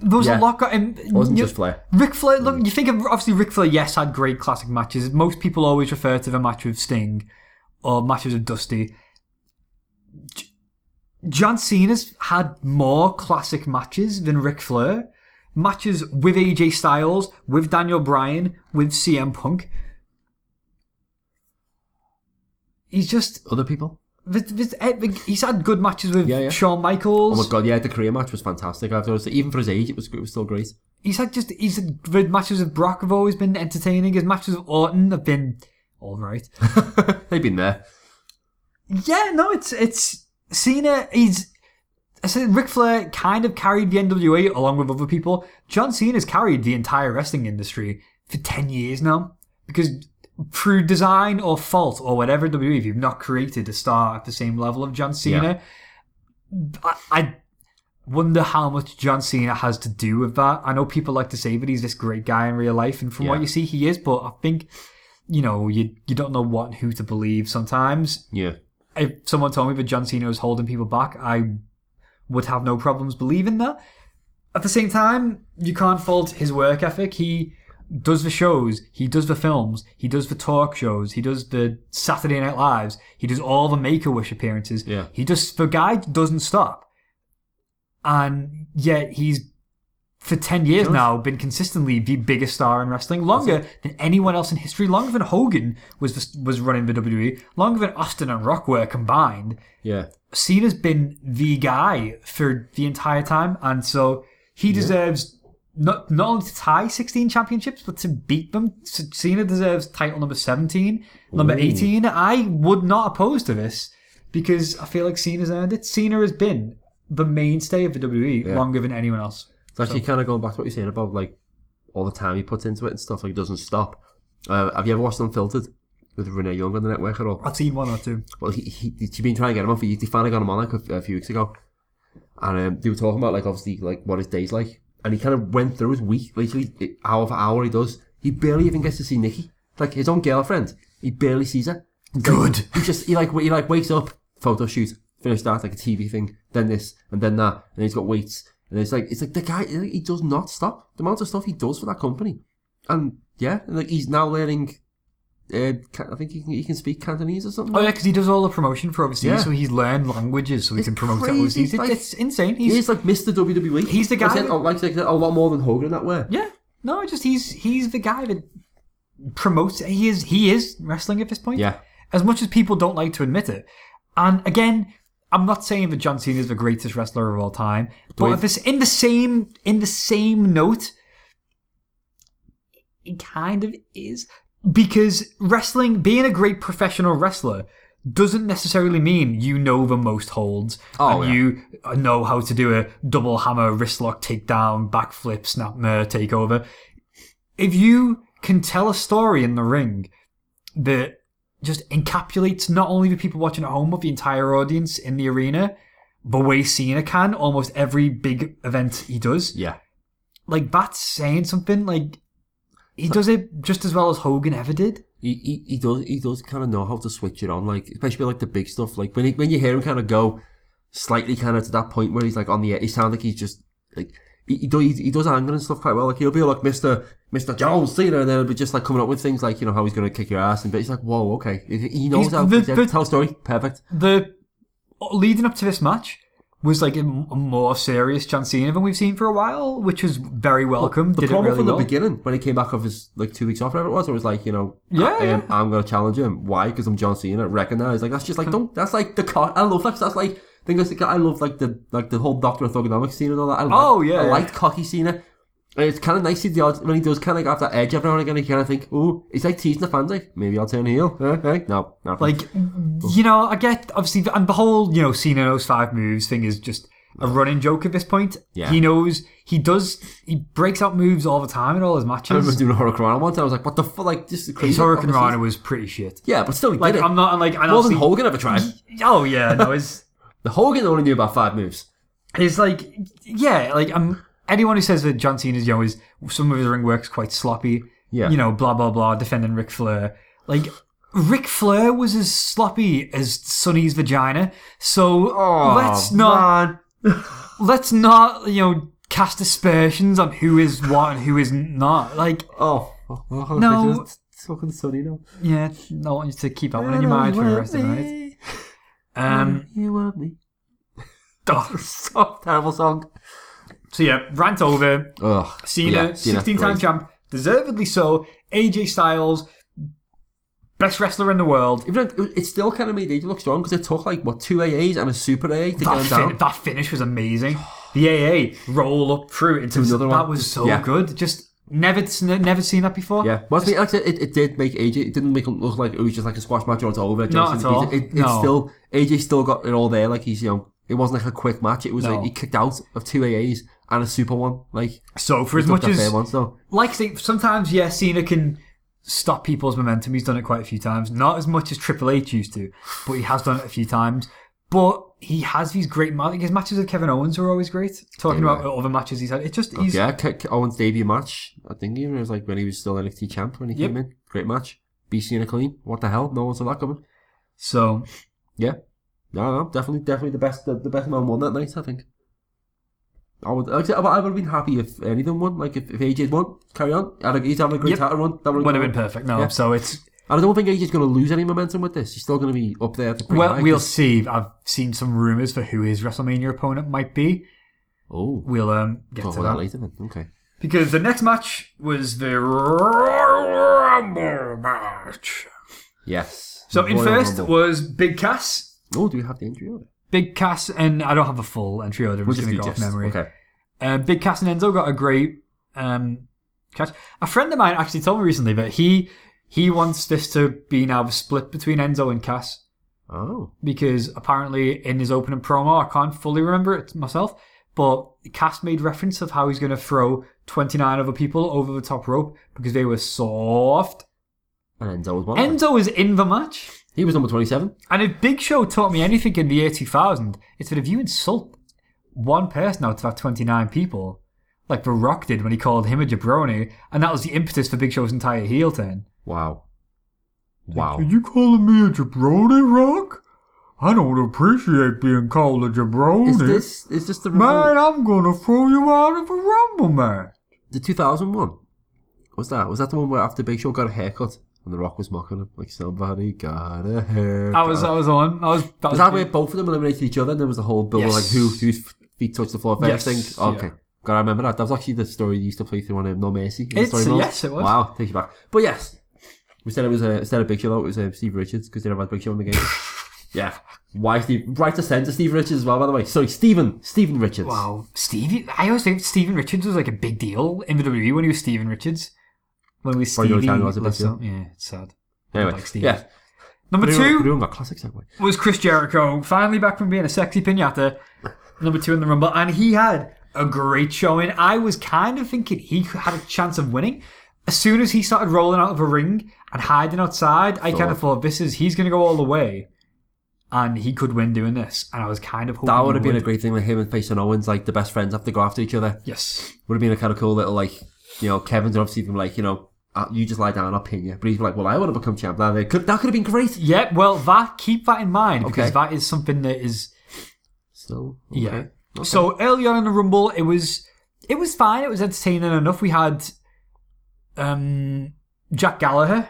Speaker 2: There was
Speaker 3: Oh, Yeah.
Speaker 2: a lot. Got, and,
Speaker 3: It wasn't
Speaker 2: you-
Speaker 3: just Flair.
Speaker 2: Ric Flair, look,
Speaker 3: Hmm.
Speaker 2: you think of, obviously Ric Flair, yes, had great classic matches. Most people always refer to the match with Sting or matches with Dusty. J- John Cena's had more classic matches than Ric Flair. Matches with AJ Styles, with Daniel Bryan, with CM Punk. He's just,
Speaker 3: Other people?
Speaker 2: th- th- eh, he's had good matches with
Speaker 3: Yeah, yeah.
Speaker 2: Shawn
Speaker 3: Oh
Speaker 2: Michaels.
Speaker 3: my god, yeah, the Korea match was fantastic. I've noticed that even for his age, it was it was still great.
Speaker 2: he's had just he's had, the matches with Brock have always been entertaining. His matches with Orton have been all right.
Speaker 3: They've been there.
Speaker 2: yeah, no, it's it's Cena. He's I said Ric Flair kind of carried the NWA along with other people. John Cena's carried the entire wrestling industry for ten years now because through design or fault or whatever WWE, if you've not created a star at the same level of John Cena, I, I wonder how much John Cena has to do with that. I know people like to say that he's this great guy in real life, and from
Speaker 3: Yeah.
Speaker 2: what you see, he is. But I think you know you you don't know what and who to believe sometimes
Speaker 3: Yeah.
Speaker 2: if someone told me that John Cena was holding people back, I would have no problems believing that. At the same time, you can't fault his work ethic. He does the shows, he does the films, he does the talk shows, he does the Saturday Night Lives, he does all the Make a Wish appearances.
Speaker 3: Yeah.
Speaker 2: He just the guy doesn't stop, and yet he's for ten years now been consistently the biggest star in wrestling, longer than anyone else in history, longer than Hogan was was running the WWE, longer than Austin and Rock were combined.
Speaker 3: Yeah.
Speaker 2: Cena's been the guy for the entire time, and so he deserves not not only to tie 16 championships, but to beat them. So Cena deserves title number 17, number 18. I would not oppose to this because I feel like Cena's earned it. Cena has been the mainstay of the WWE longer than anyone else.
Speaker 3: It's actually kind of going back to what you're saying about like all the time he puts into it and stuff. Like it doesn't stop. Uh, have you ever watched Unfiltered with Renee Young on the network at all?
Speaker 2: I've seen one or two.
Speaker 3: Well, he, he, she's been trying to get him on for years. They finally got him on like a, a few weeks ago. And um, they were talking about like obviously like what his day's like. And he kind of went through his week, literally it- hour for hour he does. He barely even gets to see Nikki. Like his own girlfriend. He barely sees her.
Speaker 2: Good.
Speaker 3: He just, he like, w- he like wakes up, photo shoot, finish that, like a TV thing, then this, and then that, and then he's got weights. And it's like, it's like the guy, he does not stop. The amount of stuff he does for that company. And yeah, and, like he's now learning, uh, Ca- I think he can, he can speak Cantonese or something.
Speaker 2: Oh yeah, because he does all the promotion for overseas,
Speaker 3: Yeah.
Speaker 2: so he's learned languages, so he
Speaker 3: It's
Speaker 2: can promote it
Speaker 3: crazy,
Speaker 2: overseas. It-
Speaker 3: like-
Speaker 2: it's insane.
Speaker 3: He's,
Speaker 2: He's,
Speaker 3: like Mr. WWE.
Speaker 2: He's the
Speaker 3: E. Like I
Speaker 2: guy
Speaker 3: said,
Speaker 2: that-
Speaker 3: like, like a lot more than Hogan in that way.
Speaker 2: Yeah. No, just he's he's the guy that promotes he is he is wrestling at this point.
Speaker 3: Yeah.
Speaker 2: As much as people don't like to admit it. And again, I'm not saying that John Cena is the greatest wrestler of all time, but
Speaker 3: we-
Speaker 2: at this in the same in the same note, it kind of is because wrestling being a great professional wrestler doesn't necessarily mean you know the most holds
Speaker 3: Oh,
Speaker 2: and
Speaker 3: yeah.
Speaker 2: you know how to do a double hammer wrist lock takedown backflip snap mirror takeover if you can tell a story in the ring that just encapsulates not only the people watching at home but the entire audience in the arena the way Cena can almost every big event he does
Speaker 3: Yeah.
Speaker 2: like that's saying something like he does it just as well as Hogan ever did.
Speaker 3: He, he, he does he does kind of know how to switch it on, like especially like the big stuff. Like when he, when you hear him kind of go slightly kind of to that point where he's like on the air, he sounds like he's just like he, he, do, he, he does anger and stuff quite well. Like he'll be like Mister Mister John Cena, and then he'll be just like coming up with things like you know how he's gonna kick your ass, and but he's like whoa okay, he he knows
Speaker 2: He's-
Speaker 3: how
Speaker 2: the-
Speaker 3: to
Speaker 2: the-
Speaker 3: tell a story perfect.
Speaker 2: The leading up to this match was like a, m- a more serious John Cena than we've seen for a while, which was very welcome.
Speaker 3: The
Speaker 2: did it
Speaker 3: problem
Speaker 2: really
Speaker 3: from the
Speaker 2: well.
Speaker 3: beginning when he came back off his like two weeks off, whatever it was, it was like you know,
Speaker 2: Yeah,
Speaker 3: I,
Speaker 2: yeah.
Speaker 3: um, I'm gonna challenge him. Why? Because I'm John Cena. Recognized. Like that's just like don't. That's like the car. I love that. That's like I think that's, I love like the like the whole Doctor Orthogonomics scene and all that. I like,
Speaker 2: Oh, yeah,
Speaker 3: I
Speaker 2: yeah.
Speaker 3: liked cocky Cena. And it's kind of nice to see the odds when he does kind of like have that edge every now and again. You kind of think, oh, it's like teasing the fans. Like maybe I'll turn heel. Eh, eh, No, no.
Speaker 2: Like you know, I get obviously, and the whole you know Cena knows five moves thing is just a running joke at this point.
Speaker 3: Yeah.
Speaker 2: He knows he does. He breaks out moves all the time in all his
Speaker 3: I remember
Speaker 2: matches.
Speaker 3: doing a Hurricane Rana once. And I was like, what the fuck? Like this is crazy.
Speaker 2: His Hurricane Rana was pretty shit.
Speaker 3: Yeah, but still, he
Speaker 2: Like
Speaker 3: did it.
Speaker 2: I'm not I'm like I
Speaker 3: More
Speaker 2: honestly-
Speaker 3: than Hogan ever tried.
Speaker 2: Oh yeah, no, it's.
Speaker 3: The Hogan only knew about five moves.
Speaker 2: It's like, yeah, like um, anyone who says that John Cena's, you know, is some of his ring work's quite sloppy,
Speaker 3: Yeah.
Speaker 2: you know, blah, blah, blah, defending Ric Flair. Like, Ric Flair was as sloppy as Sonny's vagina. So let's not,
Speaker 3: Oh, Man.
Speaker 2: let's not, you know, cast aspersions on who is what and who is not. Like,
Speaker 3: Oh, fuck. Oh,
Speaker 2: No.
Speaker 3: It's fucking sunny now.
Speaker 2: yeah, I want you to keep that one in your mind for the rest of the night. Um,
Speaker 3: You want me?
Speaker 2: oh,
Speaker 3: So terrible song.
Speaker 2: so yeah, rant over.
Speaker 3: Ugh.
Speaker 2: Cena,
Speaker 3: Yeah,
Speaker 2: 16 time
Speaker 3: great.
Speaker 2: champ, deservedly so. AJ Styles, best wrestler in the world.
Speaker 3: Even though it- it still kind of made AJ look strong because it took like what two AAs and a super AA to get
Speaker 2: That,
Speaker 3: him
Speaker 2: fin-
Speaker 3: down.
Speaker 2: that finish was amazing. The AA roll up through into
Speaker 3: another one.
Speaker 2: That was so
Speaker 3: Yeah.
Speaker 2: good. Just never never seen that before.
Speaker 3: Yeah, well, I mean, like I said, it, it did make AJ. It didn't make him look like it was just like a squash match or it's over.
Speaker 2: Not
Speaker 3: Johnson
Speaker 2: at all.
Speaker 3: beat It, it,
Speaker 2: No.
Speaker 3: it still AJ still got it all there. Like he's you know, it wasn't like a quick match. It was
Speaker 2: No.
Speaker 3: like he kicked out of two AAs and a super one. Like
Speaker 2: So for as
Speaker 3: took
Speaker 2: much
Speaker 3: that
Speaker 2: as
Speaker 3: fair one. So
Speaker 2: like I say, sometimes yeah, Cena can stop people's momentum. He's done it quite a few times. Not as much as Triple H used to, but he has done it a few times. But he has these great matches. His matches with Kevin Owens were always great. Talking about other matches he's had, it just he's
Speaker 3: yeah, K- K- Owens debut match. I think even it was like when he was still NXT champ when he
Speaker 2: Yep.
Speaker 3: came in. Great match. BC and a clean. What the hell? No one saw that coming.
Speaker 2: so
Speaker 3: Yeah. No, no, definitely, definitely the best, the, the best man won that night. I think. I would, like I, said, I would have been happy if any of them won. Like if, if AJ won, carry on. Had a, he's having a great
Speaker 2: Yep.
Speaker 3: title run. That
Speaker 2: would have been perfect. No,
Speaker 3: Yeah.
Speaker 2: so it's
Speaker 3: And I don't think AJ's going to lose any momentum with this. He's still going to be up there. At the
Speaker 2: well,
Speaker 3: high,
Speaker 2: we'll
Speaker 3: 'cause-
Speaker 2: see. I've seen some rumors for who his WrestleMania opponent might be.
Speaker 3: Oh,
Speaker 2: We'll um get
Speaker 3: talk
Speaker 2: to
Speaker 3: about
Speaker 2: that
Speaker 3: that later then. Okay.
Speaker 2: because the next match was the Royal Rumble match.
Speaker 3: Yes.
Speaker 2: So in
Speaker 3: Royal
Speaker 2: first
Speaker 3: Rumble.
Speaker 2: was Big Cass.
Speaker 3: oh, do we have the injury order?
Speaker 2: Big Cass and I don't have a full entry order. I'm just going to
Speaker 3: do
Speaker 2: go off
Speaker 3: just-
Speaker 2: memory.
Speaker 3: Okay.
Speaker 2: Uh, Big Cass and Enzo got a great um, catch. A friend of mine actually told me recently that he he wants this to be now the split between Enzo and Cass
Speaker 3: Oh.
Speaker 2: because apparently in his opening promo, I can't fully remember it myself, but Cass made reference of how he's going to throw 29 other people over the top rope because they were soft.
Speaker 3: And Enzo was one. of them.
Speaker 2: Enzo is in the match.
Speaker 3: He was number twenty-seven.
Speaker 2: And if Big Show taught me anything in the year 2000, it's that if you insult one person out of that 29 people, like The Rock did when he called him a jabroni, and that was the impetus for Big Show's entire heel turn.
Speaker 3: Wow. Wow.
Speaker 1: Are you calling me a jabroni, Rock? I don't appreciate being called a jabroni.
Speaker 3: Is this is this the
Speaker 1: Man,
Speaker 3: Rumble-
Speaker 1: I'm gonna throw you out of a rumble, man.
Speaker 3: the two thousand one? Was that was that the one where after Big Show got a haircut and The Rock was mocking him like somebody got a haircut?
Speaker 2: I was, I was on. I was. That
Speaker 3: was
Speaker 2: was,
Speaker 3: that where both of them eliminated each other? and There was a whole build of like who
Speaker 2: Yes.
Speaker 3: whose feet touched the floor first.
Speaker 2: Yes,
Speaker 3: Thing. Okay,
Speaker 2: yeah.
Speaker 3: gotta remember that. That was actually the story you used to play through on um, No Mercy. in the
Speaker 2: It's-
Speaker 3: story mode.
Speaker 2: yes, it was.
Speaker 3: Wow, take you back. But yes, we said it was a, instead of Big Show, though, it was um, Steve Richards because they never had Big Show in the game. yeah, why Steve? Right to centre Steve Richards as well. By the way, sorry, Stephen Stephen Richards.
Speaker 2: Wow, Stevie. I always think Steven Richards was like a big deal in the WWE when he was Steven Richards. When we
Speaker 3: Or you know,
Speaker 2: Stevie,
Speaker 3: Daniel was a big
Speaker 2: Lasso. yeah, it's sad.
Speaker 3: Anyway,
Speaker 2: Like Steve.
Speaker 3: yeah.
Speaker 2: Number
Speaker 3: But
Speaker 2: two,
Speaker 3: doing a classic segue.
Speaker 2: was Chris Jericho, finally back from being a sexy pinata, number two in the Rumble, and he had a great showing. I was kind of thinking he had a chance of winning. As soon as he started rolling out of a ring and hiding outside, I kind of thought this is he's going to go all the way, and he could win doing this. And I was kind of hoping
Speaker 3: That
Speaker 2: he
Speaker 3: would have been a
Speaker 2: would.
Speaker 3: great thing with him and Faison Owens, like the best friends have to go after each other.
Speaker 2: yes,
Speaker 3: Would have been a kind of cool little like, you know, Kevin's obviously been like, you know, uh, you just lie down, I'll pin you. But he's like, well, I want to become champ. Now they could, that could have been great.
Speaker 2: yeah. Well, that keep that in mind because
Speaker 3: Okay.
Speaker 2: that is something that is
Speaker 3: So
Speaker 2: Yeah.
Speaker 3: okay.
Speaker 2: So early on in the Rumble, it was it was fine. It was entertaining enough. We had um, Jack Gallagher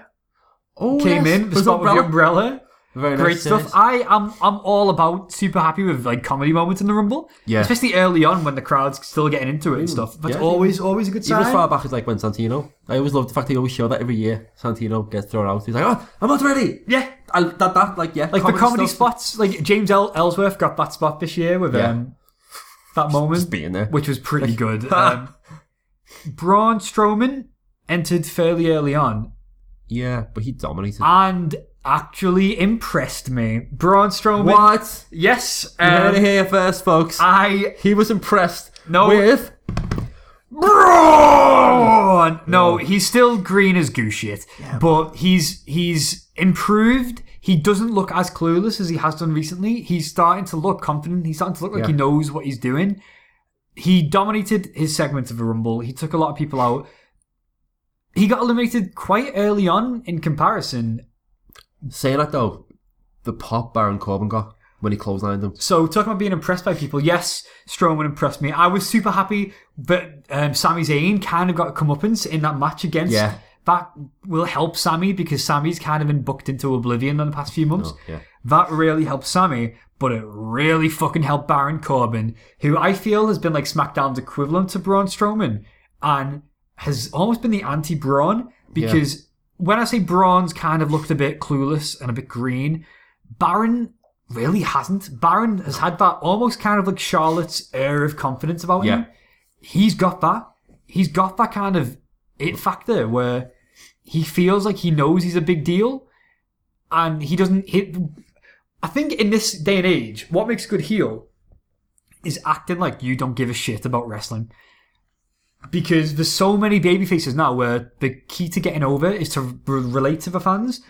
Speaker 3: oh,
Speaker 2: came in the
Speaker 3: His
Speaker 2: spot with the umbrella.
Speaker 3: Very
Speaker 2: Great
Speaker 3: nice,
Speaker 2: stuff.
Speaker 3: yes.
Speaker 2: I am I'm all about super happy with like comedy moments in the Rumble.
Speaker 3: Yeah.
Speaker 2: Especially early on when the crowd's still getting into it and stuff. That's
Speaker 3: yeah.
Speaker 2: always always a good
Speaker 3: Even
Speaker 2: sign.
Speaker 3: as far back as like when Santino, I always loved the fact they always show that every year Santino gets thrown out. He's like, oh, I'm not ready.
Speaker 2: yeah.
Speaker 3: I, that, that, like, yeah,
Speaker 2: Like the comedy
Speaker 3: stuff.
Speaker 2: spots, like James L- Ellsworth got that spot this year with
Speaker 3: Yeah.
Speaker 2: um, that moment.
Speaker 3: Just being there.
Speaker 2: which was pretty good. Um, Braun Strowman entered fairly early on
Speaker 3: yeah, but he dominated.
Speaker 2: and actually impressed me. Braun Strowman,
Speaker 3: what?
Speaker 2: yes,
Speaker 3: You
Speaker 2: um,
Speaker 3: heard it here first, folks.
Speaker 2: I
Speaker 3: he was impressed
Speaker 2: No.
Speaker 3: with
Speaker 2: Braun. No, he's still green as goo shit, but he's he's improved. He doesn't look as clueless as he has done recently. He's starting to look confident. He's starting to look like
Speaker 3: Yeah.
Speaker 2: he knows what he's doing. he dominated his segment of the Rumble. He took a lot of people out. He got eliminated quite early on in comparison.
Speaker 3: Saying that though, the pop Baron Corbin got when he clotheslined him.
Speaker 2: So talking about being impressed by people, yes, Strowman impressed me. I was super happy that um, Sami Zayn kind of got a comeuppance in that match against.
Speaker 3: Yeah.
Speaker 2: That will help Sammy because Sammy's kind of been booked into oblivion in the past few months.
Speaker 3: yeah.
Speaker 2: That really helped Sammy, but it really fucking helped Baron Corbin, who I feel has been like SmackDown's equivalent to Braun Strowman and has almost been the anti Braun because when I say Braun's kind of looked a bit clueless and a bit green, Baron really hasn't. Baron has had that almost kind of like Charlotte's air of confidence about
Speaker 3: Yeah.
Speaker 2: him. He's got that. He's got that kind of it factor where he feels like he knows he's a big deal and he doesn't hit. I think in this day and age, what makes a good heel is acting like you don't give a shit about wrestling. Because there's so many baby faces now where the key to getting over is to r- relate to the fans.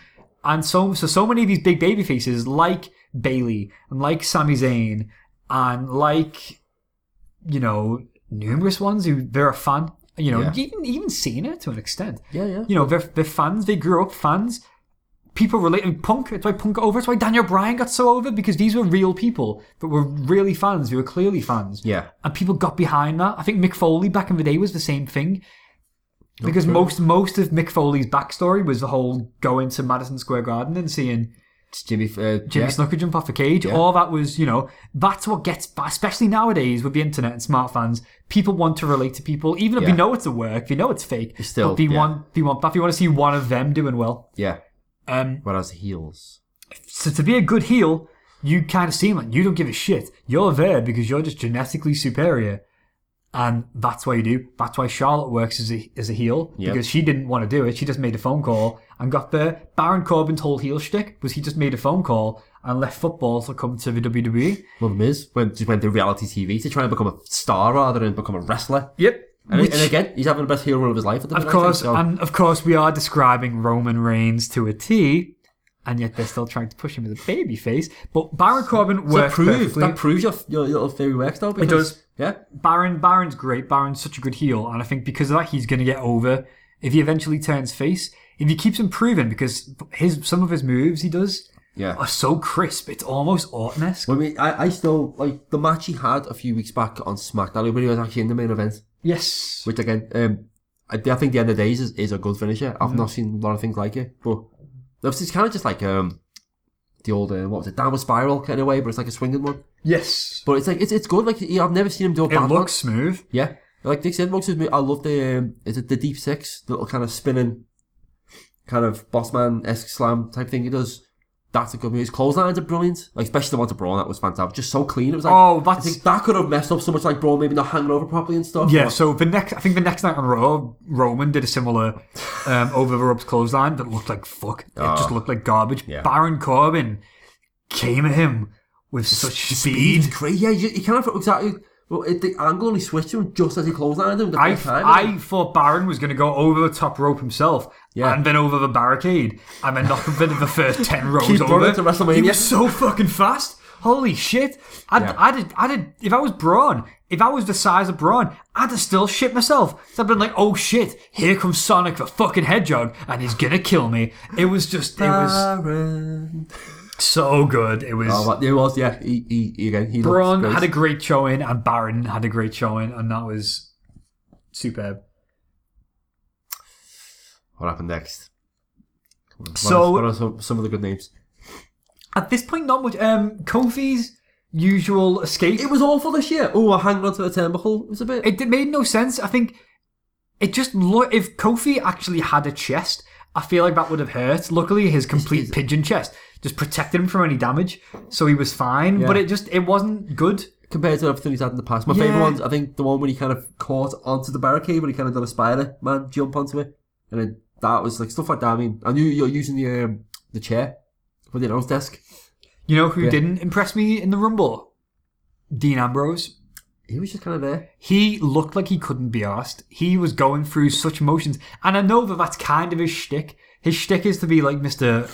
Speaker 2: And so, so, so many of these big baby faces, like Bailey and like Sami Zayn and like, you know, numerous ones who they're a fan, you know,
Speaker 3: Yeah.
Speaker 2: even, even Cena to an extent.
Speaker 3: Yeah, yeah.
Speaker 2: You know, they're, they're fans, they grew up fans. People related Punk, it's why Punk got over, it's why Daniel Bryan got so over, because these were real people that were really fans, who were clearly fans.
Speaker 3: Yeah.
Speaker 2: And people got behind that. I think Mick Foley back in the day was the same thing. Because most most of Mick Foley's backstory was the whole going to Madison Square Garden and seeing
Speaker 3: It's Jimmy uh,
Speaker 2: Jimmy
Speaker 3: yeah.
Speaker 2: Snooker jump off a cage. All that was, you know, that's what gets, especially nowadays with the internet and smart fans, people want to relate to people, even if
Speaker 3: Yeah.
Speaker 2: they know it's a work, they know it's fake.
Speaker 3: still-
Speaker 2: but they
Speaker 3: yeah.
Speaker 2: want, they want that. They want to see one of them doing well.
Speaker 3: Yeah.
Speaker 2: Um,
Speaker 3: Whereas heels.
Speaker 2: so to be a good heel, you kind of seem like you don't give a shit. You're there because you're just genetically superior, and that's why you do. That's why Charlotte works as a as a heel
Speaker 3: Yep.
Speaker 2: because she didn't want to do it. She just made a phone call and got there. Baron Corbin's whole heel shtick was he just made a phone call and left football to come to the E. WWE.
Speaker 3: Well, Miz went just went to reality TV to try and become a star rather than become a wrestler.
Speaker 2: Yep.
Speaker 3: And,
Speaker 2: Which,
Speaker 3: and again, he's having the best heel run of his life at the
Speaker 2: of
Speaker 3: minute, I think,
Speaker 2: course,
Speaker 3: so-
Speaker 2: and of course, we are describing Roman Reigns to a T. And yet they're still trying to push him as a baby face. But Baron Corbin
Speaker 3: So that
Speaker 2: worked
Speaker 3: proves
Speaker 2: perfectly.
Speaker 3: that proves your your little theory works though. Because,
Speaker 2: does.
Speaker 3: Yeah.
Speaker 2: Baron Baron's great. Baron's such a good heel, and I think because of that, he's going to get over. If he eventually turns face, if he keeps improving, because his some of his moves he does
Speaker 3: Yeah.
Speaker 2: are so crisp, it's almost Orton-esque.
Speaker 3: I mean, I, I still like the match he had a few weeks back on SmackDown when he was actually in the main event.
Speaker 2: Yes,
Speaker 3: Which again, um, I, I think the end of days is, is a good finisher.
Speaker 2: Mm-hmm.
Speaker 3: I've not seen a lot of things like it, but it's kind of just like um, the old uh, what was it, downward spiral kind of way, but it's like a swinging one.
Speaker 2: yes,
Speaker 3: But it's like it's it's good. Like yeah, I've never seen him do a
Speaker 2: it
Speaker 3: bad one.
Speaker 2: looks smooth.
Speaker 3: Yeah, like Dick said, looks me. I love the um, is it the deep six, the little kind of spinning, kind of bossman esque slam type thing he does. That's a good move. His clotheslines are brilliant, like especially the one to Braun. That was fantastic. Just so clean. It was like
Speaker 2: Oh,
Speaker 3: I
Speaker 2: that's
Speaker 3: think that could have messed up so much, like Braun maybe not hanging over properly and stuff.
Speaker 2: yeah. So the next, I think the next night on Raw, Roman did a similar um, over the ropes clothesline that looked like fuck. It just looked like garbage.
Speaker 3: Yeah.
Speaker 2: Baron Corbin came at him with such speed.
Speaker 3: He's great. Yeah, you, you can't exactly. Well, it, the angle only switched to him just as he clotheslined him. The
Speaker 2: I,
Speaker 3: first time.
Speaker 2: I thought Baron was going to go over the top rope himself
Speaker 3: Yeah.
Speaker 2: and then over the barricade and then knock the, the first 10 rows
Speaker 3: Keep
Speaker 2: over.
Speaker 3: running to WrestleMania.
Speaker 2: He was so fucking fast. Holy shit. I'd,
Speaker 3: Yeah.
Speaker 2: I'd, have- I'd, have- if I was Braun, if I was the size of Braun, I'd have still shit myself. So I'd been like, oh shit, here comes Sonic the fucking Hedgehog and he's going to kill me. It was just, it was
Speaker 3: Baron.
Speaker 2: so good. It was.
Speaker 3: Ah. Oh, but it was yeah. He, he, he again. He looked
Speaker 2: Braun
Speaker 3: great.
Speaker 2: had a great showing and Baron had a great showing and that was superb.
Speaker 3: What happened next? What are-
Speaker 2: So-
Speaker 3: what are some, some of the good names?
Speaker 2: At this point, not much. Um, Kofi's usual escape.
Speaker 3: It was awful this year. Oh, I hanged onto the turnbuckle. It was a bit.
Speaker 2: It, it made no sense. I think it just lo- if Kofi actually had a chest, I feel like that would have hurt. Luckily, his complete pigeon chest just protected him from any damage, so he was fine. But it just it wasn't good.
Speaker 3: compared to everything he's had in the past. My
Speaker 2: Yeah.
Speaker 3: favorite ones, I think, the one when he kind of caught onto the barricade, when he kind of done a spider man jump onto it, and then that was like stuff like that. I mean, I knew you're using the um, the chair for the announce desk.
Speaker 2: You know who didn't impress me in the Rumble? Dean Ambrose.
Speaker 3: He was just kind of there.
Speaker 2: He looked like he couldn't be asked. He was going through such motions, and I know that that's kind of his shtick. His shtick is to be like Mister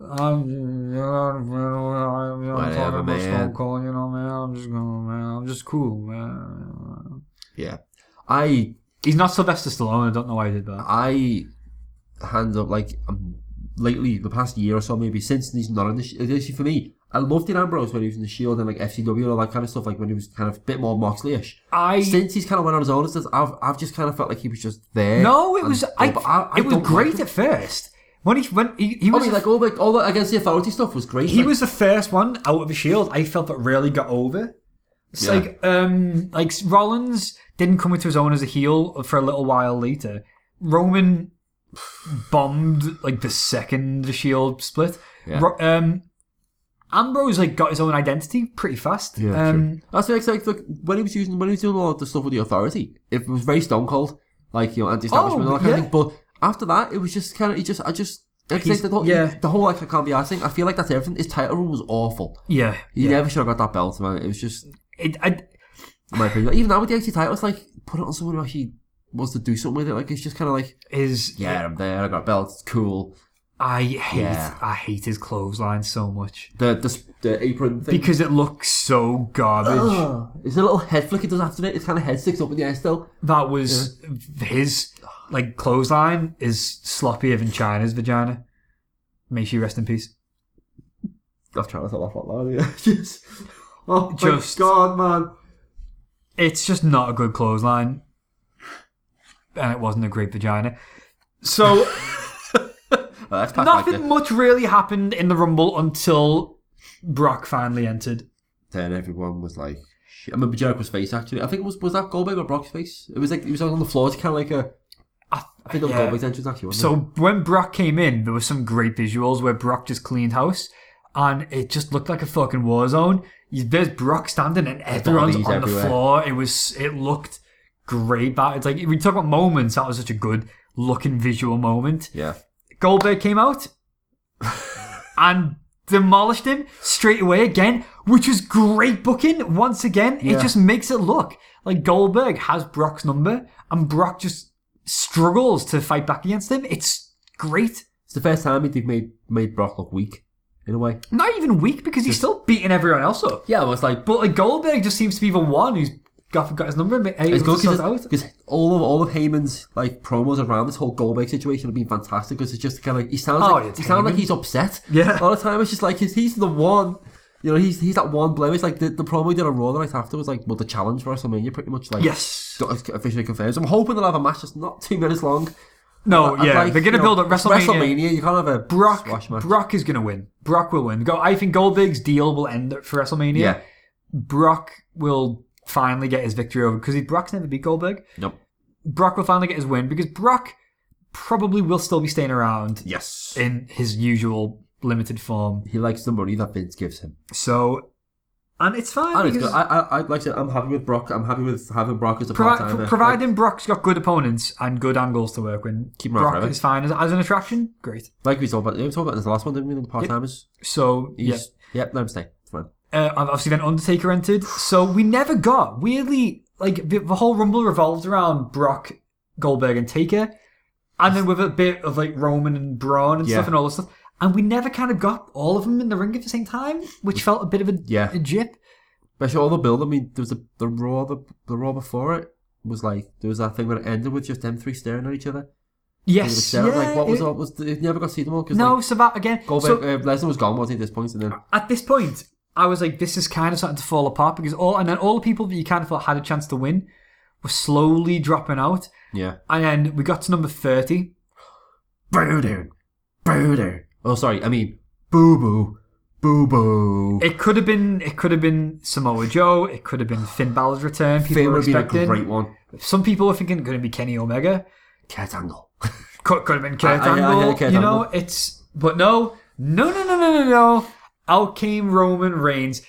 Speaker 2: I'm, I'm, I'm
Speaker 3: Whatever,
Speaker 2: talking about
Speaker 3: man.
Speaker 2: Stone Cold, you know, man. I'm just going, man. I'm just cool, man.
Speaker 3: Yeah. I
Speaker 2: He's not Sylvester Stallone. I don't know why he did that.
Speaker 3: I hands up like um, lately the past year or so maybe since he's not in the sh- actually for me I loved in Ambrose when he was in the Shield and like FCW and all that kind of stuff like when he was kind of a bit more Moxley-ish.
Speaker 2: I
Speaker 3: since he's kind of went on his own, it's just- I've I've just kind of felt like he was just there.
Speaker 2: no, it
Speaker 3: and-
Speaker 2: was I,
Speaker 3: but
Speaker 2: It was
Speaker 3: don't
Speaker 2: great
Speaker 3: Like,
Speaker 2: at first when he when he, he
Speaker 3: I
Speaker 2: was
Speaker 3: mean, like all the all the against the authority stuff was great.
Speaker 2: he
Speaker 3: like,
Speaker 2: was the first one out of the shield. I felt that really got over. It's
Speaker 3: Yeah.
Speaker 2: like um like Rollins didn't come into his own as a heel for a little while later. Roman bombed like the second the shield split.
Speaker 3: Yeah.
Speaker 2: Ro- um Ambrose like got his own identity pretty fast.
Speaker 3: Yeah,
Speaker 2: um,
Speaker 3: true. That's like, like, like when he was using when he was doing all the stuff with the authority. It was very stone cold, like you know, anti-establishment and all that kind
Speaker 2: Oh, yeah.
Speaker 3: of thing. But after that, it was just kind of he just I just like,
Speaker 2: He's-
Speaker 3: the whole,
Speaker 2: yeah.
Speaker 3: the whole like I can't be asking. I feel like that's everything. His title run was awful.
Speaker 2: Yeah,
Speaker 3: He
Speaker 2: yeah.
Speaker 3: never should have got that belt, man. It was just
Speaker 2: It, I,
Speaker 3: my opinion. Like, even now with the XT title, it's like put it on someone who actually wants to do something with it. Like it's just kind of like
Speaker 2: his
Speaker 3: yeah, I'm there. I got a belt. It's cool.
Speaker 2: I hate
Speaker 3: Yeah.
Speaker 2: I hate his clothesline so much
Speaker 3: The the, the apron thing.
Speaker 2: because it looks so garbage.
Speaker 3: Ugh. it's a little head flick it does after it. It's kind of head sticks up in the air still.
Speaker 2: That was his like clothesline is sloppier than China's vagina. May she rest in peace.
Speaker 3: I'm trying not to laugh out loud. Yeah. just, oh
Speaker 2: Just-
Speaker 3: my god, man!
Speaker 2: It's just not a good clothesline, and it wasn't a great vagina. So
Speaker 3: Well, Oh, that's past
Speaker 2: nothing
Speaker 3: Like
Speaker 2: much really happened in the rumble until Brock finally entered.
Speaker 3: then everyone was like, shit. I remember Jericho's face actually. I think it was was that Goldberg or Brock's face? It was like he was on the floor. It's kind of like a.
Speaker 2: I-
Speaker 3: I think it was
Speaker 2: yeah.
Speaker 3: Goldberg's entrance actually. Wasn't
Speaker 2: So when Brock came in, there were some great visuals where Brock just cleaned house, and it just looked like a fucking war zone. You- There's Brock standing, and everyone's
Speaker 3: Bodies
Speaker 2: on
Speaker 3: everywhere.
Speaker 2: the floor. It was, it looked great. That it's like we talk about moments. That was such a good looking visual moment.
Speaker 3: it? yeah.
Speaker 2: Goldberg came out and demolished him straight away again, which is great booking. Once again, it
Speaker 3: Yeah.
Speaker 2: just makes it look like Goldberg has Brock's number and Brock just struggles to fight back against him. It's great.
Speaker 3: It's the first time they've made made Brock look weak in a way.
Speaker 2: Not even weak because he's still beating everyone else up.
Speaker 3: Yeah, well, it's like
Speaker 2: But like Goldberg just seems to be the one who's got, got his number and been
Speaker 3: It's
Speaker 2: able
Speaker 3: good
Speaker 2: to sort it out.
Speaker 3: because all of all of Heyman's like promos around this whole Goldberg situation have been fantastic because it's just kind of like he sounds
Speaker 2: Oh,
Speaker 3: like
Speaker 2: it's
Speaker 3: he sounds like
Speaker 2: Heyman.
Speaker 3: he's upset.
Speaker 2: Yeah.
Speaker 3: all the time it's just like he's, he's the one. You know, he's he's that one blemish. Like the, the promo he did on Raw the night after was like well the challenge for WrestleMania pretty much like
Speaker 2: Yes.
Speaker 3: got- it's officially confirmed. So I'm hoping they'll have a match that's not two minutes long.
Speaker 2: No,
Speaker 3: And,
Speaker 2: yeah.
Speaker 3: uh, like,
Speaker 2: they're going
Speaker 3: you
Speaker 2: to
Speaker 3: know,
Speaker 2: build up WrestleMania.
Speaker 3: WrestleMania, you can't have a
Speaker 2: Brock,
Speaker 3: squash match.
Speaker 2: Brock is going to win. Brock will win. Go. I think Goldberg's deal will end for WrestleMania.
Speaker 3: yeah,
Speaker 2: Brock will finally get his victory over because Brock's never beat Goldberg.
Speaker 3: nope.
Speaker 2: Brock will finally get his win because Brock probably will still be staying around
Speaker 3: Yes,
Speaker 2: in his usual limited form.
Speaker 3: he likes the money that Vince gives him.
Speaker 2: So, and it's fine.
Speaker 3: And it's
Speaker 2: because
Speaker 3: good. I, I, I like I said, I'm happy with Brock. I'm happy with having Brock as a
Speaker 2: provi-
Speaker 3: part timer.
Speaker 2: providing Brock's got good opponents and good angles to work with,
Speaker 3: Keep him around
Speaker 2: Brock
Speaker 3: forever.
Speaker 2: is fine as, as an attraction. Great.
Speaker 3: Like we talked about, we talked about this last one, didn't we? The part timers.
Speaker 2: So yeah.
Speaker 3: Yep. No mistake. It's fine.
Speaker 2: Uh, obviously, then Undertaker entered. So we never got weirdly like the, the whole Rumble revolved around Brock, Goldberg, and Taker, and then with a bit of like Roman and Braun and
Speaker 3: Yeah.
Speaker 2: stuff and all this stuff. And we never kind of got all of them in the ring at the same time, which felt a bit of a,
Speaker 3: Mm. Yeah.
Speaker 2: a jip.
Speaker 3: Especially all the build. I mean, there was the the raw the, the raw before it was like there was that thing where it ended with just them three staring at each other. And it was
Speaker 2: Yes,
Speaker 3: staring,
Speaker 2: yeah,
Speaker 3: like what was
Speaker 2: it-
Speaker 3: all was the, you never got to see them all because
Speaker 2: No,
Speaker 3: like,
Speaker 2: so that again.
Speaker 3: Goldberg
Speaker 2: so
Speaker 3: uh, Lesnar was gone wasn't he at this point and then
Speaker 2: at this point, I was like, this is kind of starting to fall apart because all and then all the people that you kind of thought had a chance to win were slowly dropping out,
Speaker 3: yeah.
Speaker 2: and then we got to number thirty.
Speaker 3: Boo doo, boo doo. Oh, sorry. I mean, boo boo, boo boo.
Speaker 2: It could have been. It could have been Samoa Joe. It could have been Finn Balor's return. People
Speaker 3: Finn
Speaker 2: were
Speaker 3: would be a
Speaker 2: expecting.
Speaker 3: great one.
Speaker 2: Some people were thinking going to be Kenny Omega.
Speaker 3: Kurt Angle.
Speaker 2: Could, could have been Kurt
Speaker 3: I- I- I
Speaker 2: Angle.
Speaker 3: heard Kurt
Speaker 2: you know,
Speaker 3: Angle.
Speaker 2: it's but no, no, no, no, no, no, no. Out came Roman Reigns.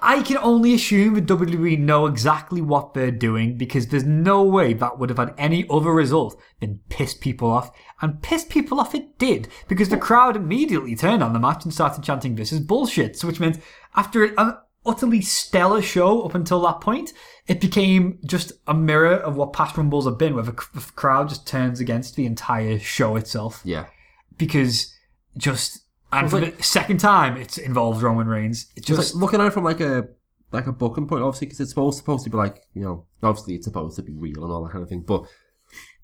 Speaker 2: I can only assume that WWE know exactly what they're doing because there's no way that would have had any other result than piss people off. And piss people off it did because the crowd immediately turned on the match and started chanting, This is bullshit. So, which meant after an utterly stellar show up until that point, it became just a mirror of what past Rumbles have been, where the c- the crowd just turns against the entire show itself
Speaker 3: yeah.
Speaker 2: because just and
Speaker 3: was
Speaker 2: for
Speaker 3: like-
Speaker 2: the second time it involves Roman Reigns. It
Speaker 3: Just
Speaker 2: just
Speaker 3: like looking at it from like a like a booking point, obviously, because it's supposed supposed to be like you know, obviously it's supposed to be real and all that kind of thing. But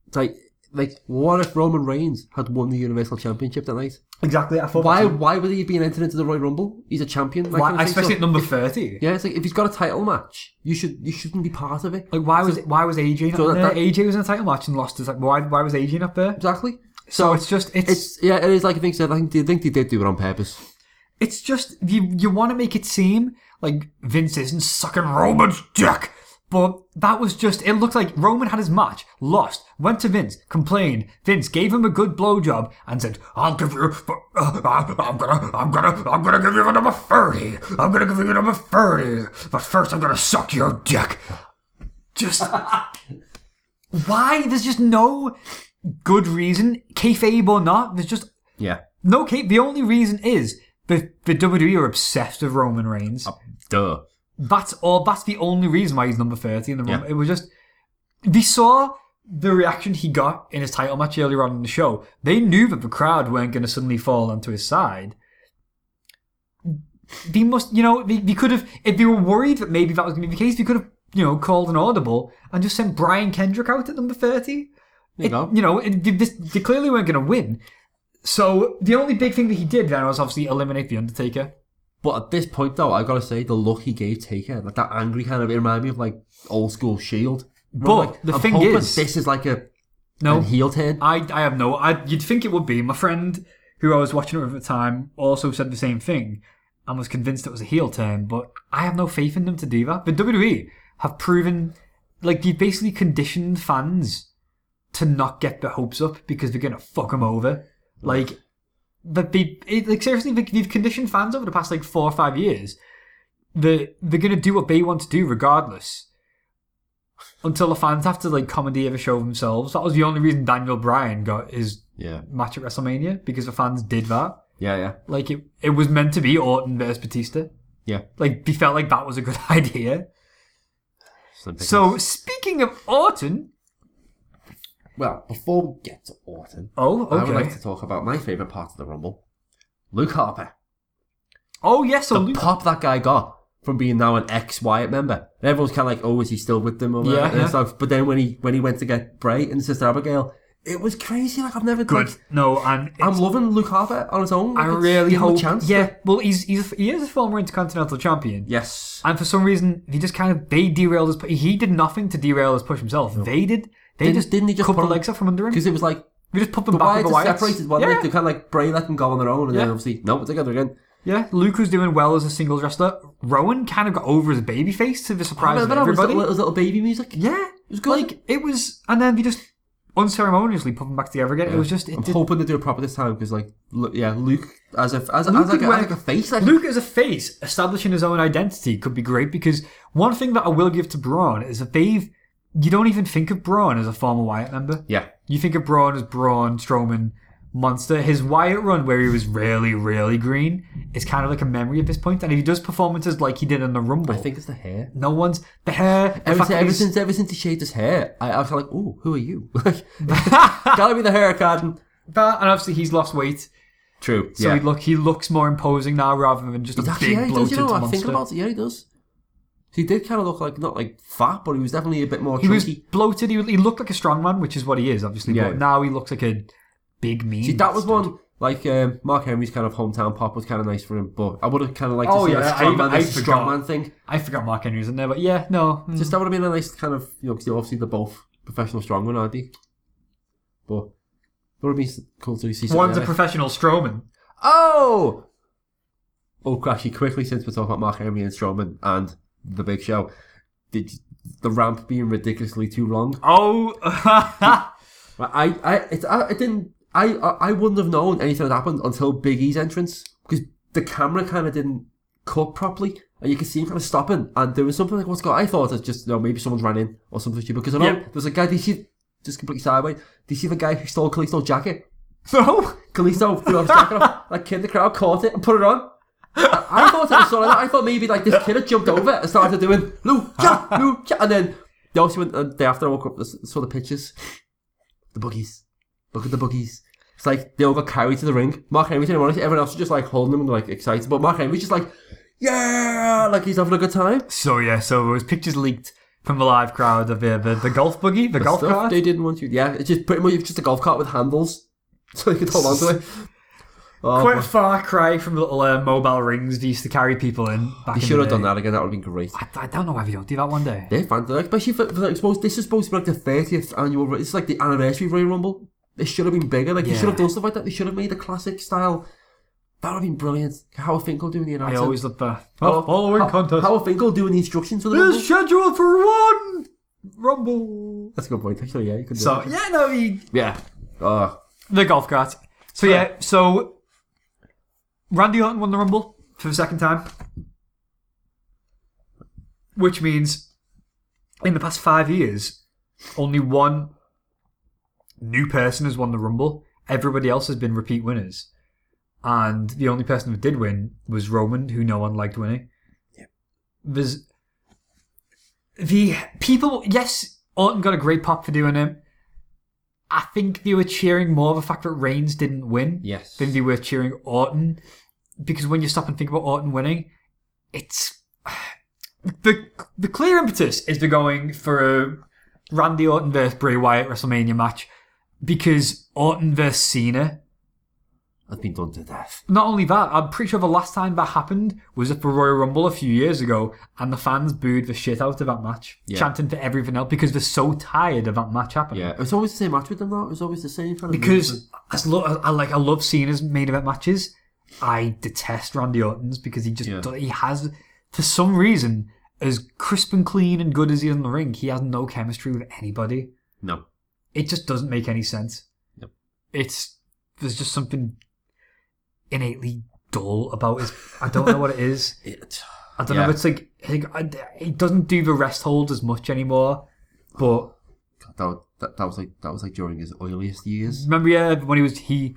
Speaker 3: it's like, like what if Roman Reigns had won the Universal Championship that night?
Speaker 2: exactly. I thought
Speaker 3: Why why would he have been entered into the Royal Rumble? He's a champion. Like,
Speaker 2: why,
Speaker 3: kind of thing.
Speaker 2: especially
Speaker 3: So-
Speaker 2: at number thirty.
Speaker 3: yeah, it's like if he's got a title match, you should you shouldn't be part of it.
Speaker 2: Like why was why was AJ not
Speaker 3: so that-
Speaker 2: there?
Speaker 3: that-
Speaker 2: AJ was in a title match and lost. It's like why why was AJ not there?
Speaker 3: exactly.
Speaker 2: So it's just it's it's,
Speaker 3: It's yeah, it is like I think said. I think they think they did do it on purpose.
Speaker 2: just you you want to make it seem like Vince isn't sucking Roman's dick, but that was just it looked like Roman had his match, lost, went to Vince, complained. Vince gave him a good blowjob and said, "I'll give you, uh, I'm gonna I'm gonna I'm gonna give you a number thirty. I'm gonna give you a number thirty, but first I'm gonna suck your dick." Just why? There's just no good reason, kayfabe or not. There's just
Speaker 3: Yeah,
Speaker 2: No, Kate, the only reason is the, the WWE are obsessed with Roman Reigns.
Speaker 3: duh.
Speaker 2: That's all. That's the only reason why he's number 30 in the Rumble.
Speaker 3: Yeah.
Speaker 2: It was just. They saw the reaction he got in his title match earlier on in the show. They knew that the crowd weren't going to suddenly fall onto his side. They must, you know, they, they could have, if they were worried that maybe that was going to be the case, they could have, you know, called an audible and just sent Brian Kendrick out at number 30
Speaker 3: There you go.
Speaker 2: you know, it, they, this- they clearly weren't going to win. So the only big thing that he did then was obviously eliminate the Undertaker.
Speaker 3: But at this point, though, I gotta say the look he gave Taker, like that angry kind of, it reminded me of like old school Shield. But like,
Speaker 2: the
Speaker 3: I'm
Speaker 2: thing
Speaker 3: hoping
Speaker 2: is-
Speaker 3: this is like a
Speaker 2: No,
Speaker 3: a heel turn.
Speaker 2: I, I have no. I, you'd think it would be my friend who I was watching it with at the time also said the same thing and was convinced it was a heel turn. But I have no faith in them to do that. But WWE E have proven like you basically conditioned fans to not get their hopes up because they're gonna fuck them over. Like, but they it, like seriously, they- they've conditioned fans over the past like four or five years. They they're gonna do what they want to do regardless. Until the fans have to like comedy ever show themselves. That was the only reason Daniel Bryan got his
Speaker 3: Yeah,
Speaker 2: match at WrestleMania because the fans did that.
Speaker 3: yeah, yeah,
Speaker 2: Like it, it was meant to be Orton versus Batista.
Speaker 3: yeah.
Speaker 2: Like they felt like that was a good idea.
Speaker 3: Slim pickings.
Speaker 2: So speaking of Orton,
Speaker 3: well, before we get to Orton,
Speaker 2: oh
Speaker 3: I
Speaker 2: okay,
Speaker 3: would like to talk about my favorite part of the Rumble, Luke Harper.
Speaker 2: oh yes, so
Speaker 3: The
Speaker 2: Luke-
Speaker 3: pop that guy got from being now an ex Wyatt member. And everyone's kind of like, oh, is he still with them? Or
Speaker 2: Yeah,
Speaker 3: whatever, and
Speaker 2: yeah.
Speaker 3: stuff. But then when he when he went to get Bray and Sister Abigail, it was crazy. Like I've never
Speaker 2: good.
Speaker 3: like,
Speaker 2: No, and
Speaker 3: I'm loving Luke Harper on his own.
Speaker 2: I
Speaker 3: Like, it's-
Speaker 2: really
Speaker 3: give him a
Speaker 2: hope.
Speaker 3: chance.
Speaker 2: yeah, well, he's, he's he is a former Intercontinental Champion,
Speaker 3: Yes.
Speaker 2: and for some reason, he just kind of they derailed his. pu- He did nothing to derail his push himself. They did. They
Speaker 3: Didn't-
Speaker 2: just
Speaker 3: didn't he just
Speaker 2: cut
Speaker 3: put
Speaker 2: the
Speaker 3: him-
Speaker 2: legs up from under him.
Speaker 3: Because it was like
Speaker 2: We just put them
Speaker 3: the
Speaker 2: back with
Speaker 3: Wyatts
Speaker 2: the
Speaker 3: are
Speaker 2: Wyatts.
Speaker 3: separated. Well,
Speaker 2: yeah,
Speaker 3: they, they kind of like Bray let them go on their own, and then
Speaker 2: Yeah.
Speaker 3: obviously no, we're together again.
Speaker 2: yeah. Luke was doing well as a singles wrestler. Rowan kind of got over as a babyface to the surprise of
Speaker 3: Remember Oh, that was
Speaker 2: everybody.
Speaker 3: little, his little baby music.
Speaker 2: Yeah, it
Speaker 3: was good.
Speaker 2: Like it was, and then we just unceremoniously put them back together again. It was just it
Speaker 3: I'm
Speaker 2: did.
Speaker 3: hoping they do it proper this time because like Lu- yeah, Luke as a as, as, like,
Speaker 2: could
Speaker 3: a,
Speaker 2: wear-
Speaker 3: as like a face. Like,
Speaker 2: Luke as a face establishing his own identity could be great because one thing that I will give to Braun is that they've you don't even think of Braun as a former Wyatt member.
Speaker 3: Yeah.
Speaker 2: You think of Braun as Braun Strowman monster. His Wyatt run where he was really really green is kind of like a memory at this point, and if he does performances like he did in the Rumble,
Speaker 3: I think it's the hair.
Speaker 2: no one's the hair. The
Speaker 3: Ever,
Speaker 2: fact
Speaker 3: since,
Speaker 2: that
Speaker 3: ever
Speaker 2: he's-
Speaker 3: since ever since he shaved his hair, I, I was like, "Ooh, who are you?" Like, gotta be the hair garden.
Speaker 2: that, and obviously he's lost weight.
Speaker 3: True.
Speaker 2: So
Speaker 3: yeah.
Speaker 2: he look he looks more imposing now rather than just a
Speaker 3: He's actually,
Speaker 2: big
Speaker 3: yeah, he does.
Speaker 2: bloated
Speaker 3: You know, what? I'm
Speaker 2: monster.
Speaker 3: thinking about it. Yeah, he does. He did kind of look like not like fat, but he was definitely a bit more
Speaker 2: he was
Speaker 3: chunky.
Speaker 2: bloated. He, he looked like a strongman, which is what he is, obviously.
Speaker 3: Yeah.
Speaker 2: But now he looks like a big mean.
Speaker 3: See, that was one like um, Mark Henry's kind of hometown pop was kind of nice for him, but I would have kind of liked to
Speaker 2: Oh,
Speaker 3: see
Speaker 2: yeah,
Speaker 3: a
Speaker 2: I-
Speaker 3: strongman
Speaker 2: I
Speaker 3: versus
Speaker 2: forgot.
Speaker 3: strongman thing.
Speaker 2: I forgot Mark Henry was in there, but yeah, no. mm.
Speaker 3: Just that would have been a nice kind of you know, 'cause obviously they're both professional strongmen, aren't they? But would have been s- cool to see. something
Speaker 2: One's a
Speaker 3: like that.
Speaker 2: professional strowman.
Speaker 3: oh, oh, crashy! Quickly, since we're talking about Mark Henry and strongman and the Big Show, did the ramp being ridiculously too long?
Speaker 2: Oh,
Speaker 3: I, I, it, I, it didn't. I, I I wouldn't have known anything had happened until Big E's entrance because the camera kind of didn't cut properly, and you could see him kind of stopping. And there was something like, "What's going?" on? I thought it's just, you know, maybe someone's ran in or something stupid. Because I know
Speaker 2: Yeah.
Speaker 3: there's a guy. Do you see just completely sideways? Do you see the guy who stole Kalisto's jacket?
Speaker 2: no.
Speaker 3: Kalisto threw off his jacket off. That kid in the crowd caught it and put it on. I, I thought it was sort of that. I thought maybe like this kid had jumped over and started doing Lucha, Lucha, and then they also went. And the day after I woke up, I s- saw the pictures. The boogies. Look at the boogies. It's like they all got carried to the ring. Mark Henry didn't want it. Everyone else was just like holding him and like excited. But Mark Henry's just like, yeah, like he's having a good time.
Speaker 2: So yeah, so there was pictures leaked from the live crowd of uh, the the, the golf buggy, the, golf
Speaker 3: Stuff
Speaker 2: cart.
Speaker 3: They didn't want you. Yeah, it's just pretty much just a golf cart with handles, so you could hold on to it. Oh,
Speaker 2: Quite
Speaker 3: boy.
Speaker 2: a far cry from the little uh, mobile rings they used to carry people in. Back
Speaker 3: you
Speaker 2: in
Speaker 3: should
Speaker 2: the
Speaker 3: have done
Speaker 2: day.
Speaker 3: that again. That would have been great.
Speaker 2: I, I don't know why we don't do that one day.
Speaker 3: They're fantastic, especially for, for like, supposed, this is supposed to be like the 30th annual. It's like the anniversary Royal Rumble. They should have been bigger. Like they
Speaker 2: Yeah.
Speaker 3: should have done stuff like that. They should have made a classic style. That would have been brilliant. Howard Finkel doing the
Speaker 2: I
Speaker 3: announcing.
Speaker 2: always Oh, love that.
Speaker 3: How-
Speaker 1: following
Speaker 3: How-
Speaker 1: contest.
Speaker 3: Howard Finkel doing the instructions for the Rumble.
Speaker 2: Is scheduled for one rumble.
Speaker 3: That's a good point. Actually, yeah, you could do
Speaker 2: So
Speaker 3: it.
Speaker 2: yeah, no, he,
Speaker 3: yeah. Oh,
Speaker 2: the golf cart. So yeah, so Randy Orton won the rumble for the second time, which means in the past five years, only one new person has won the rumble. Everybody else has been repeat winners, and the only person who did win was Roman, who no one liked winning. There's the people. Yes, Orton got a great pop for doing it. I think they were cheering more the fact that Reigns didn't win
Speaker 3: yes.
Speaker 2: than they were cheering Orton, because when you stop and think about Orton winning, it's the the clear impetus is they're going for a Randy Orton versus Bray Wyatt WrestleMania match because Orton versus Cena.
Speaker 3: I've been done to death.
Speaker 2: Not only that, I'm pretty sure the last time that happened was at the Royal Rumble a few years ago, and the fans booed the shit out of that match,
Speaker 3: Yeah.
Speaker 2: chanting for everything else because they're so tired of that match happening.
Speaker 3: Yeah, it's always the same match with them though. It's always the same kind of
Speaker 2: Because as lo- I like, I love Cena's main event matches. I detest Randy Orton's because he just
Speaker 3: Yeah.
Speaker 2: don't- he has for some reason as crisp and clean and good as he is in the ring, he has no chemistry with anybody.
Speaker 3: no,
Speaker 2: It just doesn't make any sense.
Speaker 3: Yep.
Speaker 2: It's there's just something innately dull about his. I don't know what it is.
Speaker 3: it,
Speaker 2: I don't know.
Speaker 3: Yeah.
Speaker 2: If it's like he, I, he doesn't do the rest hold as much anymore. But
Speaker 3: God, that, was- that that was like that was like during his oiliest years.
Speaker 2: remember, yeah, when he was he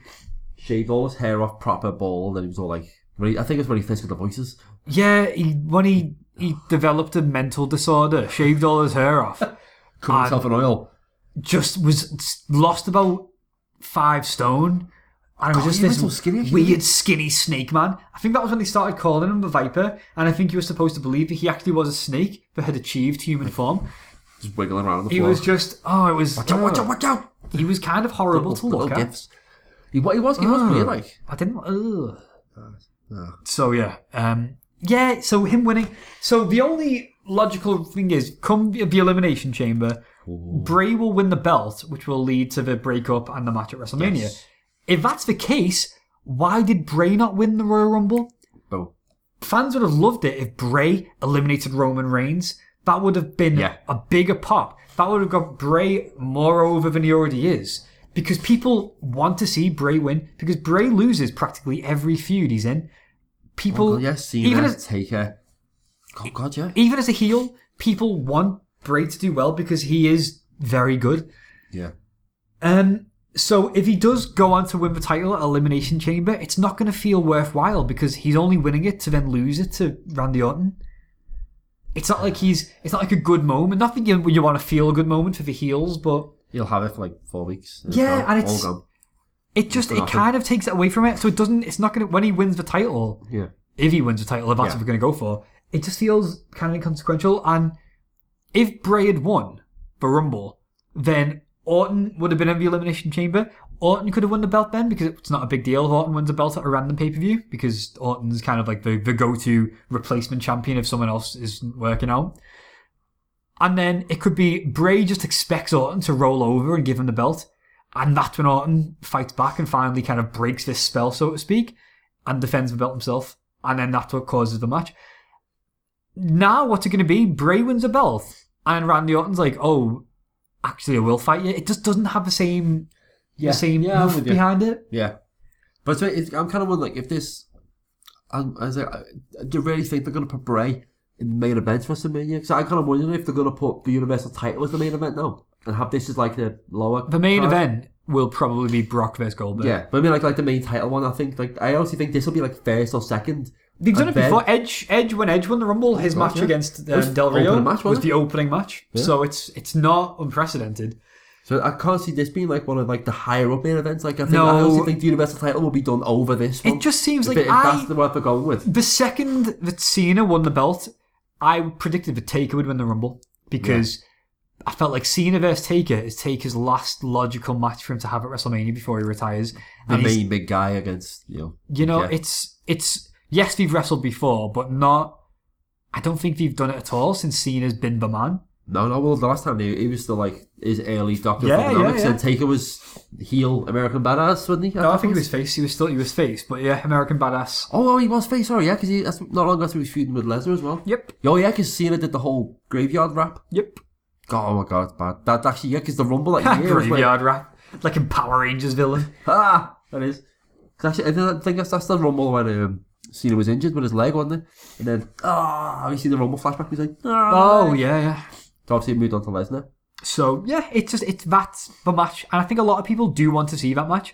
Speaker 3: Shaved all his hair off, proper bald, and he was all like, when he, I think it's when he first got the voices.
Speaker 2: Yeah, he when he he developed a mental disorder, shaved all his hair off,
Speaker 3: Covered himself in oil.
Speaker 2: just was lost about five stone, and it was just
Speaker 3: he was
Speaker 2: this
Speaker 3: so skinny, actually,
Speaker 2: weird skinny snake man. I think that was when they started calling him the Viper, and I think you were supposed to believe that he actually was a snake that had achieved human form.
Speaker 3: Just wiggling around on the
Speaker 2: He
Speaker 3: floor.
Speaker 2: was just oh, it was
Speaker 3: watch out, watch out, watch out!
Speaker 2: he was kind of horrible to
Speaker 3: Little
Speaker 2: look at.
Speaker 3: gifs. He, wa- he was, he was
Speaker 2: Ah.
Speaker 3: weird, like.
Speaker 2: I didn't. Ugh. So yeah, um, yeah. So him winning. So the only logical thing is, come the the elimination chamber, Bray will win the belt, which will lead to the breakup and the match at WrestleMania.
Speaker 3: Yes.
Speaker 2: If that's the case, why did Bray not win the Royal Rumble?
Speaker 3: Oh,
Speaker 2: Fans would have loved it if Bray eliminated Roman Reigns. That would have been
Speaker 3: Yeah.
Speaker 2: a bigger pop. That would have got Bray more over than he already is. Because people want to see Bray win. Because Bray loses practically every feud he's in. People,
Speaker 3: well, Oh, yes, Cena,
Speaker 2: even as
Speaker 3: Taker. Oh, God, yeah.
Speaker 2: even as a heel, people want Bray to do well because he is very good.
Speaker 3: Yeah.
Speaker 2: Um, so if he does go on to win the title at Elimination Chamber, it's not going to feel worthwhile because he's only winning it to then lose it to Randy Orton. It's not like he's. It's not like a good moment. Not that you, you want to feel a good moment for the heels, but
Speaker 3: He'll have it for like four weeks. It's
Speaker 2: Yeah,
Speaker 3: gone.
Speaker 2: and it's-
Speaker 3: All gone.
Speaker 2: it just it
Speaker 3: Nothing.
Speaker 2: kind of takes it away from it. So it doesn't. It's not going to when he wins the title.
Speaker 3: Yeah.
Speaker 2: if he wins the title, if that's
Speaker 3: Yeah.
Speaker 2: what we're going to go for, it just feels kind of inconsequential. And if Bray had won the Rumble, then Orton would have been in the Elimination Chamber. Orton could have won the belt then because it's not a big deal if Orton wins a belt at a random pay per view because Orton's kind of like the, the go to replacement champion if someone else isn't working out. And then it could be Bray just expects Orton to roll over and give him the belt. And that's when Orton fights back and finally kind of breaks this spell, so to speak and defends the belt himself, and then that's what causes the match. Now, what's it going to be? Bray wins a belt, and Randy Orton's like, "Oh, actually, I will fight you." It just doesn't have the same
Speaker 3: Yeah.
Speaker 2: the same
Speaker 3: yeah, I'm
Speaker 2: oomph
Speaker 3: with you.
Speaker 2: behind it.
Speaker 3: Yeah, but it's- it's- I'm kind of wondering like if this, um, I'm, I was like, I, uh, do you really think they're gonna put Bray in the main event for WrestleMania? Because I kind of wondering if they're gonna put the Universal title as the main event now and have this as like the lower.
Speaker 2: The main
Speaker 3: card.
Speaker 2: event will probably be Brock versus Goldberg.
Speaker 3: Yeah, but I mean like like the main title one. I think like I honestly think this will be like first or second.
Speaker 2: they've done it
Speaker 3: And then-
Speaker 2: before. Edge, Edge, when Edge won the Rumble, his
Speaker 3: God,
Speaker 2: match
Speaker 3: yeah.
Speaker 2: against
Speaker 3: was
Speaker 2: um, Del
Speaker 3: opening
Speaker 2: Rio
Speaker 3: match,
Speaker 2: was
Speaker 3: wasn't it?
Speaker 2: the opening match, so it's it's not unprecedented.
Speaker 3: So I can't see this being like one of like the higher up main events. Like I think
Speaker 2: No.
Speaker 3: I honestly think the universal title will be done over this one.
Speaker 2: It just seems
Speaker 3: If
Speaker 2: like
Speaker 3: it- if
Speaker 2: I,
Speaker 3: that's the what they're going with.
Speaker 2: the second that Cena won the belt, I predicted that Taker would win the Rumble because I felt like Cena versus Taker is Taker's last logical match for him to have at WrestleMania before he retires.
Speaker 3: The
Speaker 2: And he's-
Speaker 3: main big guy against you know.
Speaker 2: you know,
Speaker 3: yeah.
Speaker 2: it's it's yes, we've wrestled before, but not. I don't think we've done it at all since Cena's been the man.
Speaker 3: No, no. Well, the last time he, he was the like his early Doctor
Speaker 2: Yeah,
Speaker 3: of Economics,
Speaker 2: yeah, yeah.
Speaker 3: and Taker was heel American Badass, wasn't he?
Speaker 2: No, I think he was face. He was still he was face, but yeah, American badass.
Speaker 3: Oh, oh, he was face. Sorry, yeah, because he that's not long after he was feuding with Lesnar as well.
Speaker 2: Yep,
Speaker 3: Oh yeah, because Cena did the whole graveyard rap.
Speaker 2: yep.
Speaker 3: God, oh my god, it's bad. That actually, yeah, because the Rumble that year was when-
Speaker 2: Graveyard rap, like in Power Rangers villain.
Speaker 3: Ah, that is. 'Cause Actually, I think that's, that's the Rumble when um, Cena was injured with his leg, wasn't it? And then, ah, you see the Rumble flashback, he's like, ah.
Speaker 2: Oh yeah, yeah.
Speaker 3: So obviously it moved on to Lesnar.
Speaker 2: So yeah, it's just it's that's the match, and I think a lot of people do want to see that match.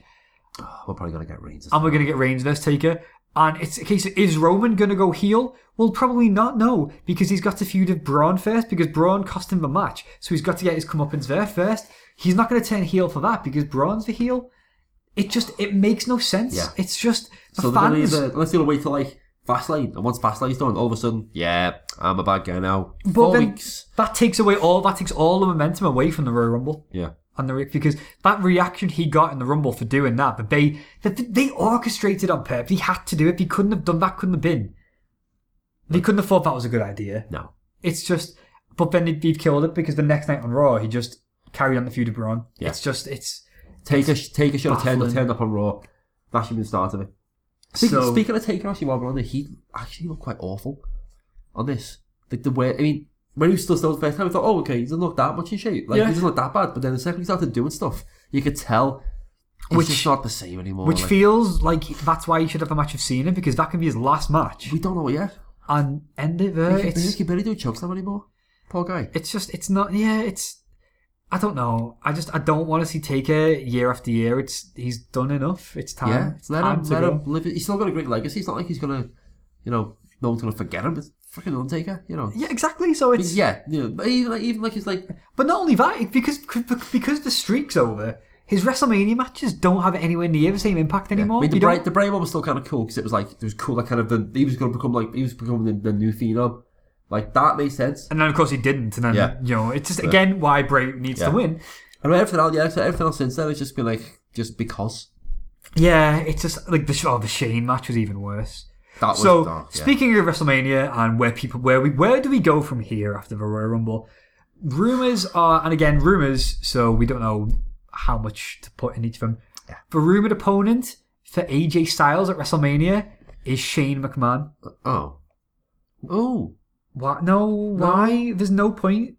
Speaker 3: Oh, we're probably going to get Reigns.
Speaker 2: And we're gonna get Reigns versus Taker, and it's a case of is Roman gonna go heel? Well, probably not. No, because he's got to feud with Braun first, because Braun cost him the match, so he's got to get his comeuppance there first. He's not gonna turn heel for that because Braun's the heel. It just it makes no sense.
Speaker 3: Yeah.
Speaker 2: It's just the
Speaker 3: So they're gonna
Speaker 2: fans.
Speaker 3: either, unless they'll wait till like Fastlane, and once Fastlane's done, all of a sudden, yeah, I'm a bad guy now.
Speaker 2: but
Speaker 3: Four
Speaker 2: then
Speaker 3: weeks.
Speaker 2: that takes away all that takes all the momentum away from the Royal Rumble.
Speaker 3: Yeah.
Speaker 2: on the re- because that reaction he got in the rumble for doing that, but they that they orchestrated on purpose. He had to do it. He couldn't have done that. Couldn't have been. They couldn't have thought that was a good idea.
Speaker 3: No.
Speaker 2: It's just, but then they'd, they'd killed it because the next night on Raw he just carried on the feud of Braun.
Speaker 3: Yeah.
Speaker 2: It's just it's
Speaker 3: Taker, Taker should have turned,
Speaker 2: baffling.
Speaker 3: turned up on Raw. That should have been the start of it. Speaking,
Speaker 2: so
Speaker 3: speaking of Taker, actually, while we're on there, he actually looked quite awful on this. Like the way, I mean, when he was still still the first time, I thought, oh, okay, he doesn't look that much in shape. Like
Speaker 2: Yeah.
Speaker 3: he doesn't look that bad. But then the second he started doing stuff, you could tell it's
Speaker 2: Which-
Speaker 3: just not the same anymore.
Speaker 2: which
Speaker 3: like,
Speaker 2: feels like that's why he should have a match of Cena because that can be his last match
Speaker 3: we don't know yet.
Speaker 2: and end it there.
Speaker 3: He can, barely- he
Speaker 2: It's
Speaker 3: can barely do choke slam anymore. Poor guy.
Speaker 2: it's just it's not yeah it's. I don't know. I just I don't want to see Taker year after year. It's he's done enough. It's time.
Speaker 3: yeah,
Speaker 2: it's
Speaker 3: let
Speaker 2: time
Speaker 3: him,
Speaker 2: to
Speaker 3: let
Speaker 2: go.
Speaker 3: him live. it. He's still got a great legacy. It's not like he's gonna, you know, no one's gonna forget him. It's fucking Undertaker, you know.
Speaker 2: Yeah, exactly. So
Speaker 3: But
Speaker 2: it's
Speaker 3: yeah, you know, but even like, even like he's like
Speaker 2: but not only that, it- because because the streak's over, his WrestleMania matches don't have anywhere near the same impact anymore.
Speaker 3: I mean, the,
Speaker 2: You don't-
Speaker 3: Bray, the Bray one was still kind of cool because it was like it was cool. Like kind of the he was going to become like he was becoming the, the new phenom. Like that made sense.
Speaker 2: and then of course he didn't, and then
Speaker 3: Yeah.
Speaker 2: you know it's just again why Bray needs
Speaker 3: Yeah.
Speaker 2: to win.
Speaker 3: And everything else, yeah, so everything else since then has just been like just because
Speaker 2: Yeah, it's just like the oh the Shane match was even worse.
Speaker 3: that was.
Speaker 2: So
Speaker 3: oh, yeah.
Speaker 2: speaking of WrestleMania and where people where we where do we go from here after the Royal Rumble? Rumors are and again rumors, so we don't know how much to put in each of them. The rumored opponent for AJ Styles at WrestleMania is Shane McMahon.
Speaker 3: oh, oh,
Speaker 2: What? No, why? There's no point.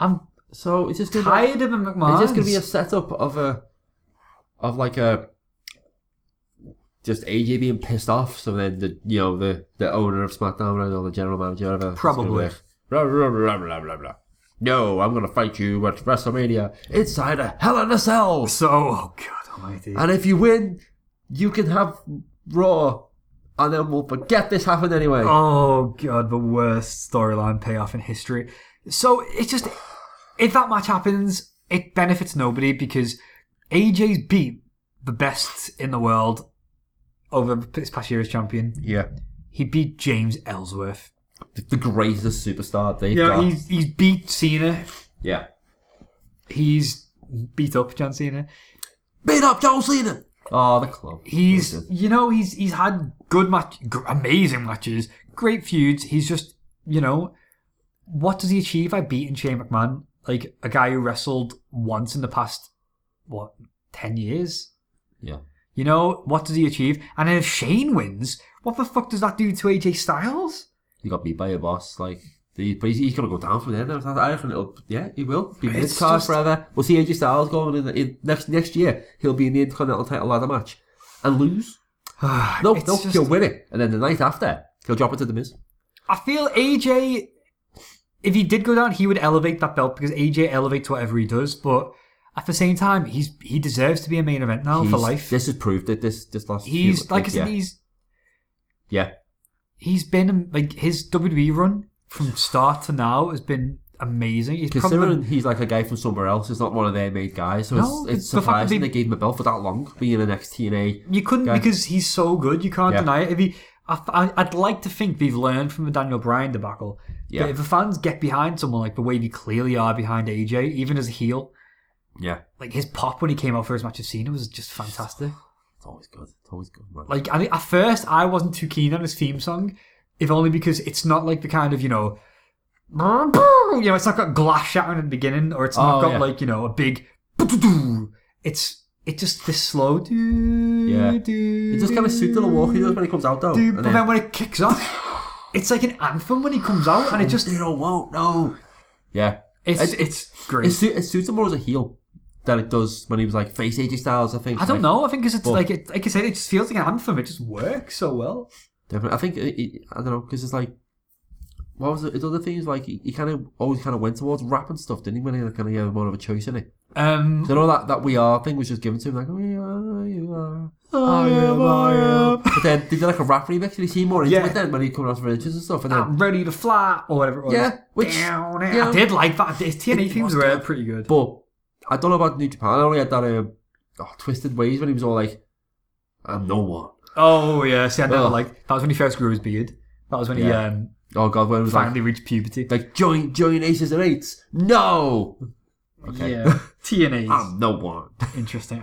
Speaker 2: I'm
Speaker 3: so it's just gonna,
Speaker 2: tired of the
Speaker 3: it's
Speaker 2: McMahon.
Speaker 3: just going to be a setup of a of like a just AJ being pissed off. So then the you know the the owner of SmackDown or the general manager, whatever, is gonna be
Speaker 2: Probably.
Speaker 3: like, Blah, blah, blah, blah, blah, blah. No, I'm gonna fight you at WrestleMania inside a Hell in a Cell.
Speaker 2: so. Oh God Almighty.
Speaker 3: And if you win, you can have Raw, and then we'll forget this happened anyway.
Speaker 2: Oh God, the worst storyline payoff in history. So it's just if that match happens, it benefits nobody because AJ's beat the best in the world over this past year as champion.
Speaker 3: Yeah,
Speaker 2: He beat James Ellsworth.
Speaker 3: the, the greatest superstar they've
Speaker 2: Yeah,
Speaker 3: got.
Speaker 2: he's he's beat Cena.
Speaker 3: Yeah,
Speaker 2: He's beat up John Cena.
Speaker 3: beat up John Cena. Oh, the club.
Speaker 2: He's you know he's he's had good match, gr- amazing matches, great feuds. He's just you know what does he achieve by beating Shane McMahon, like a guy who wrestled once in the past what ten years?
Speaker 3: yeah.
Speaker 2: You know what does he achieve? And then if Shane wins, what the fuck does that do to AJ Styles?
Speaker 3: He got beat by your boss. Like, the, but he's, he's gonna go down from there. now. I reckon it'll, yeah, he will be mid card
Speaker 2: just-
Speaker 3: forever. We'll see AJ Styles going in, the, in next next year. He'll be in the Intercontinental Title ladder match and lose. No,
Speaker 2: It's
Speaker 3: no,
Speaker 2: just-
Speaker 3: he'll win it, and then the night after he'll drop it to the Miz.
Speaker 2: I feel AJ, if he did go down, he would elevate that belt because AJ elevates whatever he does. But at the same time, he's he deserves to be a main event now for
Speaker 3: He's-
Speaker 2: life.
Speaker 3: This has proved it. This this last. few-
Speaker 2: He's like I said,
Speaker 3: yeah,
Speaker 2: he's
Speaker 3: yeah.
Speaker 2: E he's been like his WWE run from start to now has been amazing. He's probably
Speaker 3: Considering he's like a guy from somewhere else, he's not one of their made guys, so
Speaker 2: No,
Speaker 3: it's, it's
Speaker 2: the fact that
Speaker 3: surprising
Speaker 2: they-
Speaker 3: they gave him a belt for that long, being an XTNA.
Speaker 2: You couldn't
Speaker 3: Yeah.
Speaker 2: because he's so good. You can't
Speaker 3: Yeah.
Speaker 2: deny it. If he, I, I, I'd like to think they've learned from the Daniel Bryan debacle.
Speaker 3: Yeah.
Speaker 2: That if the fans get behind someone like the way they clearly are behind AJ, even as a heel,
Speaker 3: Yeah,
Speaker 2: like his pop when he came out for his match of Cena was just fantastic.
Speaker 3: it's always good. It's always good, man.
Speaker 2: Like I, at first, I wasn't too keen on his theme song, if only because it's not like the kind of you know, you know, it's not got glass shattering at the beginning, or it's not
Speaker 3: Oh,
Speaker 2: got
Speaker 3: yeah.
Speaker 2: like you know a big. doo-doo-doo. It's it's just this slow. Yeah,
Speaker 3: It just kind of suits the walk he does when he comes out, though.
Speaker 2: Dude,
Speaker 3: and
Speaker 2: but
Speaker 3: then-
Speaker 2: then when it kicks off, it's like an anthem when he comes out, and it just
Speaker 3: you don't want no. Yeah,
Speaker 2: it's
Speaker 3: It's-
Speaker 2: it's, great.
Speaker 3: it, su- it suits him more as a heel than it does when he was like face AJ Styles. I think.
Speaker 2: I don't
Speaker 3: Like,
Speaker 2: know. I think 'cause it's
Speaker 3: Well-
Speaker 2: like it, like I said, it just feels like an anthem. It just works so well.
Speaker 3: Definitely, I think it, it- I don't know because it's like, what was it? His other thing is like he, he kind of always kind of went towards rap and stuff, didn't he? When he kind of had more of a choice in it.
Speaker 2: Um,
Speaker 3: So all that that we are thing was just given to him like we are, you are.
Speaker 2: I am, I am.
Speaker 3: But then they did like a rap remix, and he seemed more into
Speaker 2: oh, Yeah.
Speaker 3: it then when he coming out for inches and stuff. And then,
Speaker 2: I'm ready to fly or whatever it was.
Speaker 3: Yeah, which-
Speaker 2: Down it.
Speaker 3: yeah.
Speaker 2: I did like that. His TNA
Speaker 3: It
Speaker 2: themes
Speaker 3: was
Speaker 2: were
Speaker 3: good.
Speaker 2: pretty good.
Speaker 3: but I don't know about New Japan. I only had that um, oh, twisted ways when he was all like, "I'm no one."
Speaker 2: Oh yeah, see, I never
Speaker 3: Ugh.
Speaker 2: like that was when he first grew his beard. That was when he
Speaker 3: Yeah.
Speaker 2: um,
Speaker 3: Oh god, when it was like
Speaker 2: finally reached puberty.
Speaker 3: Like join join aces and eights. No, okay.
Speaker 2: Yeah, TNA's
Speaker 3: I'm no one.
Speaker 2: interesting.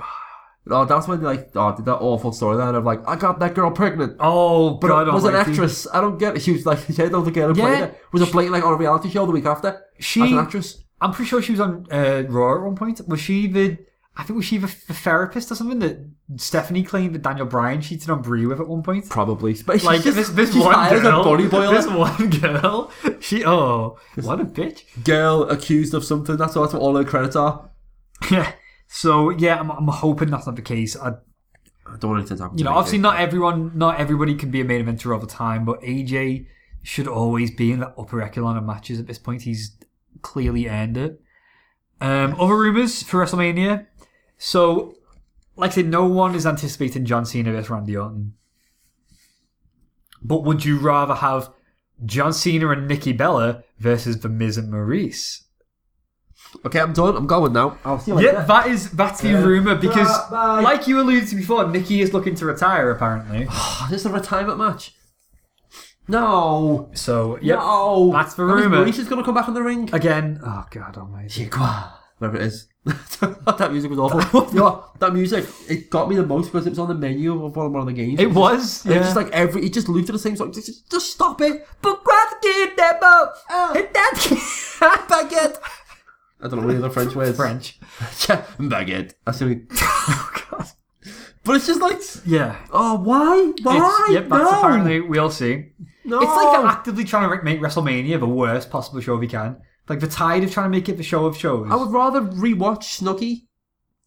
Speaker 3: Oh, that's when they like oh did that awful storyline of like I got that girl pregnant,
Speaker 2: Oh,
Speaker 3: but
Speaker 2: God,
Speaker 3: it was an
Speaker 2: almighty.
Speaker 3: actress. I don't get it. She was like she don't think I ever played
Speaker 2: Yeah.
Speaker 3: it. Was a playing like on a reality show the week after
Speaker 2: She
Speaker 3: as an actress.
Speaker 2: I'm pretty sure she was on uh, Raw at one point. Was she the? I think was she the, the therapist or something that Stephanie claimed that Daniel Bryan cheated on Brie with at one point.
Speaker 3: Probably, but
Speaker 2: Like
Speaker 3: she's
Speaker 2: this, this
Speaker 3: she's
Speaker 2: one
Speaker 3: hired as
Speaker 2: girl,
Speaker 3: a bunny boiler.
Speaker 2: this one girl, she oh, what a bitch.
Speaker 3: girl accused of something. That's what, that's what all her credits are.
Speaker 2: Yeah. So yeah, I'm, I'm hoping that's not the case. I,
Speaker 3: I don't want anything to happen.
Speaker 2: you
Speaker 3: to
Speaker 2: know,
Speaker 3: me,
Speaker 2: obviously
Speaker 3: dude.
Speaker 2: not everyone, not everybody can be a main eventer all the time, but AJ should always be in the upper echelon of matches at this point. He's clearly earned it. Um, other rumors for WrestleMania. So, like I said, no one is anticipating John Cena versus Randy Orton. But would you rather have John Cena and Nikki Bella versus The Miz and Maurice?
Speaker 3: Okay, I'm done. I'm going now. I'll see you later.
Speaker 2: Yeah, that is that's the rumor because,
Speaker 3: Bye.
Speaker 2: like you alluded to before, Nikki is looking to retire apparently.
Speaker 3: Oh, this is a retirement match. No.
Speaker 2: So yeah,
Speaker 3: No.
Speaker 2: That's the
Speaker 3: That means
Speaker 2: rumour.
Speaker 3: Maurice is going to come back in the ring.
Speaker 2: Again, oh god almighty.
Speaker 3: Whatever it is. that music was awful. You know what? that music, it got me the most because it was on the menu of one, one of the games.
Speaker 2: It was,
Speaker 3: And
Speaker 2: yeah.
Speaker 3: It just like every, it just looped to the same song. Just, just- just stop it. But grab the demo. Hit that baguette. I don't know any other French words.
Speaker 2: French.
Speaker 3: Yeah, baguette. That's the only.
Speaker 2: Oh god.
Speaker 3: But it's just like,
Speaker 2: Yeah.
Speaker 3: oh, why? Why?
Speaker 2: It's, yep, that's
Speaker 3: no.
Speaker 2: apparently we'll see.
Speaker 3: No.
Speaker 2: It's like they're actively trying to make WrestleMania the worst possible show they can. Like the tide of trying to make it the show of shows.
Speaker 3: I would rather rewatch Snooki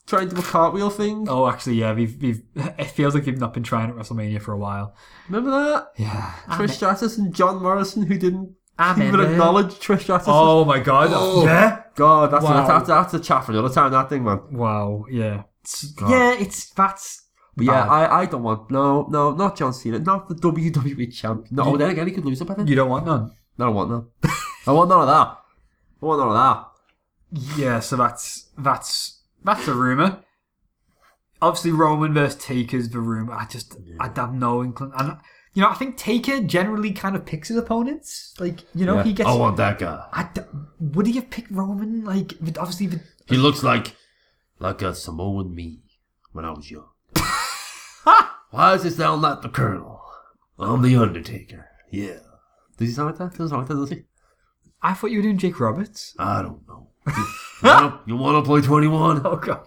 Speaker 3: trying to do a cartwheel thing.
Speaker 2: Oh, actually, yeah, we've, we've. It feels like they've not been trying at WrestleMania for a while.
Speaker 3: Remember that?
Speaker 2: Yeah.
Speaker 3: Trish Stratus and John Morrison who didn't
Speaker 2: I'm in
Speaker 3: even
Speaker 2: there.
Speaker 3: acknowledge Trish Stratus.
Speaker 2: Oh my god.
Speaker 3: Oh.
Speaker 2: Yeah.
Speaker 3: God, that's,
Speaker 2: Wow.
Speaker 3: that's, that's a chat for another time, that thing, man.
Speaker 2: Wow. Yeah. It's- yeah. It's that's.
Speaker 3: But yeah,
Speaker 2: Bad.
Speaker 3: I, I don't want, no, no, not John Cena, not the WWE champ. No, oh, then again, he could lose it by then.
Speaker 2: You don't want none.
Speaker 3: No, I want that. I want none of that. I want none of that.
Speaker 2: Yeah, so that's that's that's a rumor. Obviously, Roman versus Taker's the rumor. I just I have no inclination. And you know, I think Taker generally kind of picks his opponents. Like you know,
Speaker 3: Yeah. Oh,
Speaker 2: he gets.
Speaker 1: that guy.
Speaker 2: I d- would he have picked Roman? Like with- obviously, the,
Speaker 1: He looks like like a Samoan me when I was young. Why is this now not the Colonel? I'm the Undertaker. Yeah.
Speaker 3: Does he sound like that? Doesn't sound like that, does he?
Speaker 2: I thought you were doing Jake Roberts.
Speaker 1: I don't know. You wanna- you want to play 21?
Speaker 2: Oh god,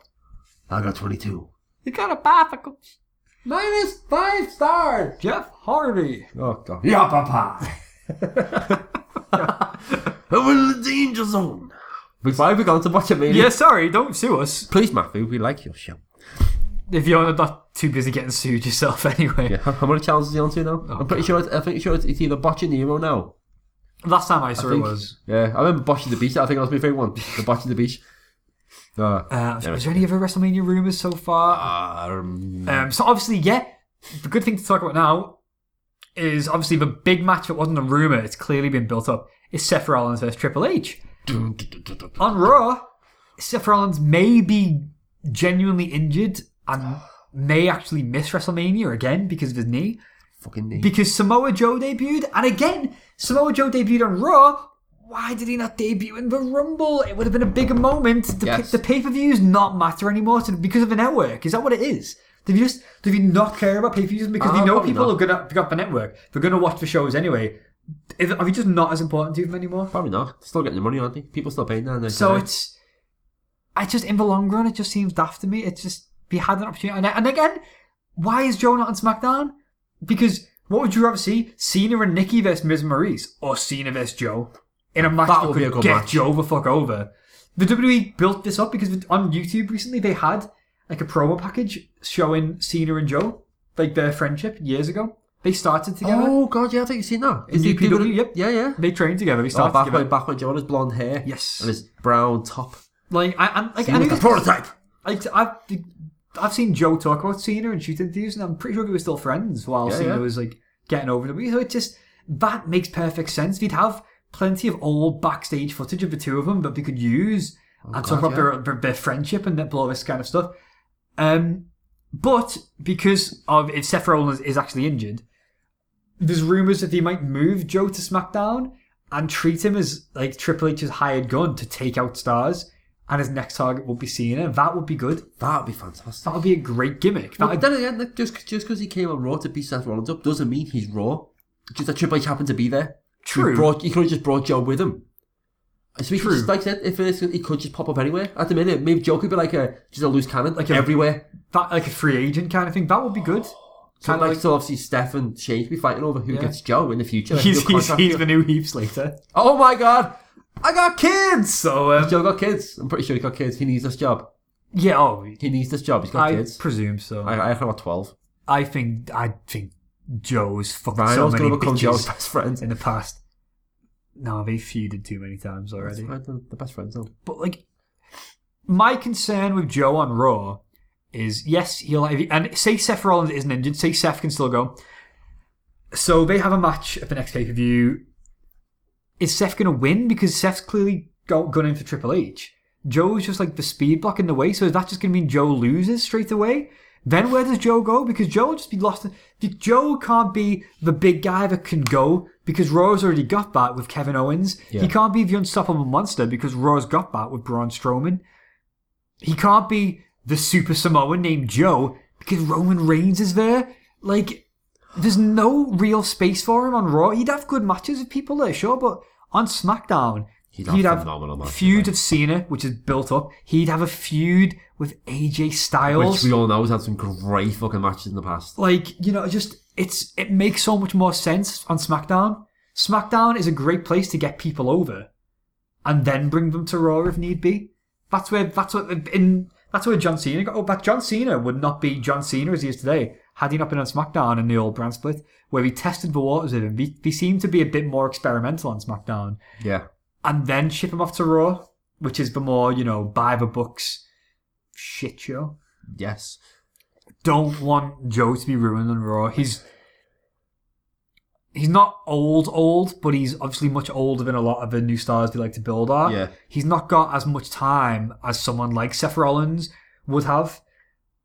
Speaker 1: I got 22.
Speaker 2: you got a bicycle,
Speaker 3: Minus five stars!
Speaker 2: Jeff Hardy.
Speaker 3: Oh, God.
Speaker 1: Yeah, Papa. I'm in the danger zone.
Speaker 3: But why have we gone to watch a meeting?
Speaker 2: Yeah, sorry, don't sue us
Speaker 3: Please, Matthew, we like your show.
Speaker 2: if you're not too busy getting sued yourself anyway.
Speaker 3: Yeah, how many challenges is he on to now? I'm pretty sure, it's, I think sure it's, it's either Botch and Nero now.
Speaker 2: Last time I saw it
Speaker 3: think-
Speaker 2: was
Speaker 3: Yeah, I remember Bosch at the Beach. I think that was my favourite one. The Bosch at the Beach. Uh,
Speaker 2: Uh, is there any other WrestleMania rumors so far?
Speaker 1: Um,
Speaker 2: Um, so obviously, yeah, the good thing to talk about now is obviously the big match that wasn't a rumor. It's clearly been built up. Is Seth Rollins versus Triple H?
Speaker 3: dun, dun, dun, dun, dun.
Speaker 2: On Raw, Seth Rollins may be genuinely injured and may actually miss WrestleMania again because of his knee.
Speaker 3: Fucking knee.
Speaker 2: Because Samoa Joe debuted, and again, Samoa Joe debuted on Raw. Why did he not debut in the Rumble? It would have been a bigger moment. The,
Speaker 3: Yes.
Speaker 2: the pay per views not matter anymore to, because of the network. Is that what it is? Do you just do you not care about pay per views because
Speaker 3: Ah,
Speaker 2: you know
Speaker 3: probably
Speaker 2: people
Speaker 3: not.
Speaker 2: are gonna pick up the network? They're gonna watch the shows anyway. Is- Are you just not as important to them anymore?
Speaker 3: Probably not. Still getting the money, aren't they? People still paying that.
Speaker 2: So it's, I just in the long run, it just seems daft to me. It's just we had an opportunity, and, and again, why is Joe not on SmackDown? Because what would you rather see, Cena and Nikki versus Miz and Maurice, or Cena versus Joe in a match
Speaker 3: That
Speaker 2: that,
Speaker 3: would
Speaker 2: could
Speaker 3: be a good
Speaker 2: get
Speaker 3: match.
Speaker 2: Joe the fuck over? The WWE built this up because on YouTube recently they had like a promo package showing Cena and Joe, like their friendship years ago. They started together.
Speaker 3: Oh god, yeah, I think you've seen that.
Speaker 2: In
Speaker 3: They- they
Speaker 2: DPW,
Speaker 3: would've-
Speaker 2: yep.
Speaker 3: Yeah, yeah.
Speaker 2: They trained together. They
Speaker 3: Oh,
Speaker 2: started
Speaker 3: back
Speaker 2: together.
Speaker 3: when back when John had blonde hair.
Speaker 2: Yes.
Speaker 3: And his brown top.
Speaker 2: Like I, I'm, like,
Speaker 3: He
Speaker 2: I
Speaker 3: was
Speaker 2: knew
Speaker 3: the
Speaker 2: this-
Speaker 3: prototype.
Speaker 2: I, I've, I've seen Joe talk about Cena and shoot interviews, and I'm pretty sure they were still friends while
Speaker 3: Yeah,
Speaker 2: Cena
Speaker 3: yeah.
Speaker 2: was like getting over the week. So it just that makes perfect sense. We'd have plenty of old backstage footage of the two of them that we could use and talk
Speaker 3: Oh, God,
Speaker 2: about their, their their friendship and that- all this kind of stuff. Um, but because of if Seth Rollins is actually injured, there's rumors that they might move Joe to SmackDown and treat him as like Triple H's hired gun to take out stars. And his next target will be Cena. That would be good.
Speaker 3: That would be fantastic.
Speaker 2: That would be a great gimmick. That
Speaker 3: But then again, like, just just because he came on Raw to beat Seth Rollins up doesn't mean he's Raw. Just that Triple H happened to be there.
Speaker 2: true.
Speaker 3: He, brought, he could have just brought Joe with him. So he could
Speaker 2: True.
Speaker 3: just, like I said, if it is, he could just pop up anywhere. At the minute, maybe Joe could be like a just a loose cannon, like
Speaker 2: a-
Speaker 3: everywhere.
Speaker 2: that like a free agent kind of thing. That would be good.
Speaker 3: So
Speaker 2: Kind
Speaker 3: like,
Speaker 2: of like
Speaker 3: so obviously Steph and Shane could be fighting over who
Speaker 2: Yeah.
Speaker 3: gets Joe in the future. like,
Speaker 2: he's,
Speaker 3: who
Speaker 2: he's,
Speaker 3: contracts
Speaker 2: he's
Speaker 3: him.
Speaker 2: the new Heath Slater.
Speaker 3: Oh my god, I got kids.
Speaker 2: So um,
Speaker 3: Joe got kids. I'm pretty sure he got kids. He needs this job.
Speaker 2: yeah, oh,
Speaker 3: He needs this job. He's got
Speaker 2: I
Speaker 3: kids.
Speaker 2: presume so. I,
Speaker 3: I, I reckon about twelve.
Speaker 2: think I think Joe's fucked
Speaker 3: Rhino's
Speaker 2: so many
Speaker 3: gonna become Joe's
Speaker 2: bitches
Speaker 3: best friend.
Speaker 2: in the past. No, they feuded too many times already.
Speaker 3: The the best friends though.
Speaker 2: But like, my concern with Joe on Raw is yes, he'll and say Seth Rollins isn't injured, say Seth can still go. So they have a match at the next pay per view. Is Seth going to win because Seth's clearly go- gunning for Triple H? Joe's just like the speed block in the way, so is that just going to mean Joe loses straight away? Then where does Joe go? Because Joe will just be lost. Joe can't be the big guy that can go because Raw's already got that with Kevin Owens.
Speaker 3: Yeah.
Speaker 2: He can't be the unstoppable monster because Raw's got that with Braun Strowman. He can't be the super Samoan named Joe because Roman Reigns is there. Like, there's no real space for him on Raw. He'd have good matches with people there, sure, but on SmackDown,
Speaker 3: He'd have phenomenal matches,
Speaker 2: feud of Cena, which is built up. He'd have a feud with AJ
Speaker 3: Which
Speaker 2: Styles.
Speaker 3: we all know has had some great fucking matches in the past.
Speaker 2: like, you know, just it's it makes so much more sense on SmackDown. SmackDown is a great place to get people over, and then bring them to Raw if need be. That's where that's what in that's where John Cena got. Oh, but John Cena would not be John Cena as he is today had he not been on SmackDown in the old brand split, where he tested the waters with him. He, he seemed to be a bit more experimental on SmackDown,
Speaker 3: Yeah.
Speaker 2: and then ship him off to Raw, which is the more you know by the books shit show
Speaker 3: Yes.
Speaker 2: don't want Joe to be ruined on Raw. He's he's not old old, but he's obviously much older than a lot of the new stars they like to build are.
Speaker 3: Yeah.
Speaker 2: He's not got as much time as someone like Seth Rollins would have.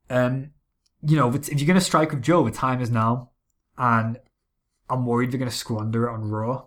Speaker 2: Um, you know, if you're gonna strike with Joe, the time is now, and I'm worried they're gonna squander it on Raw.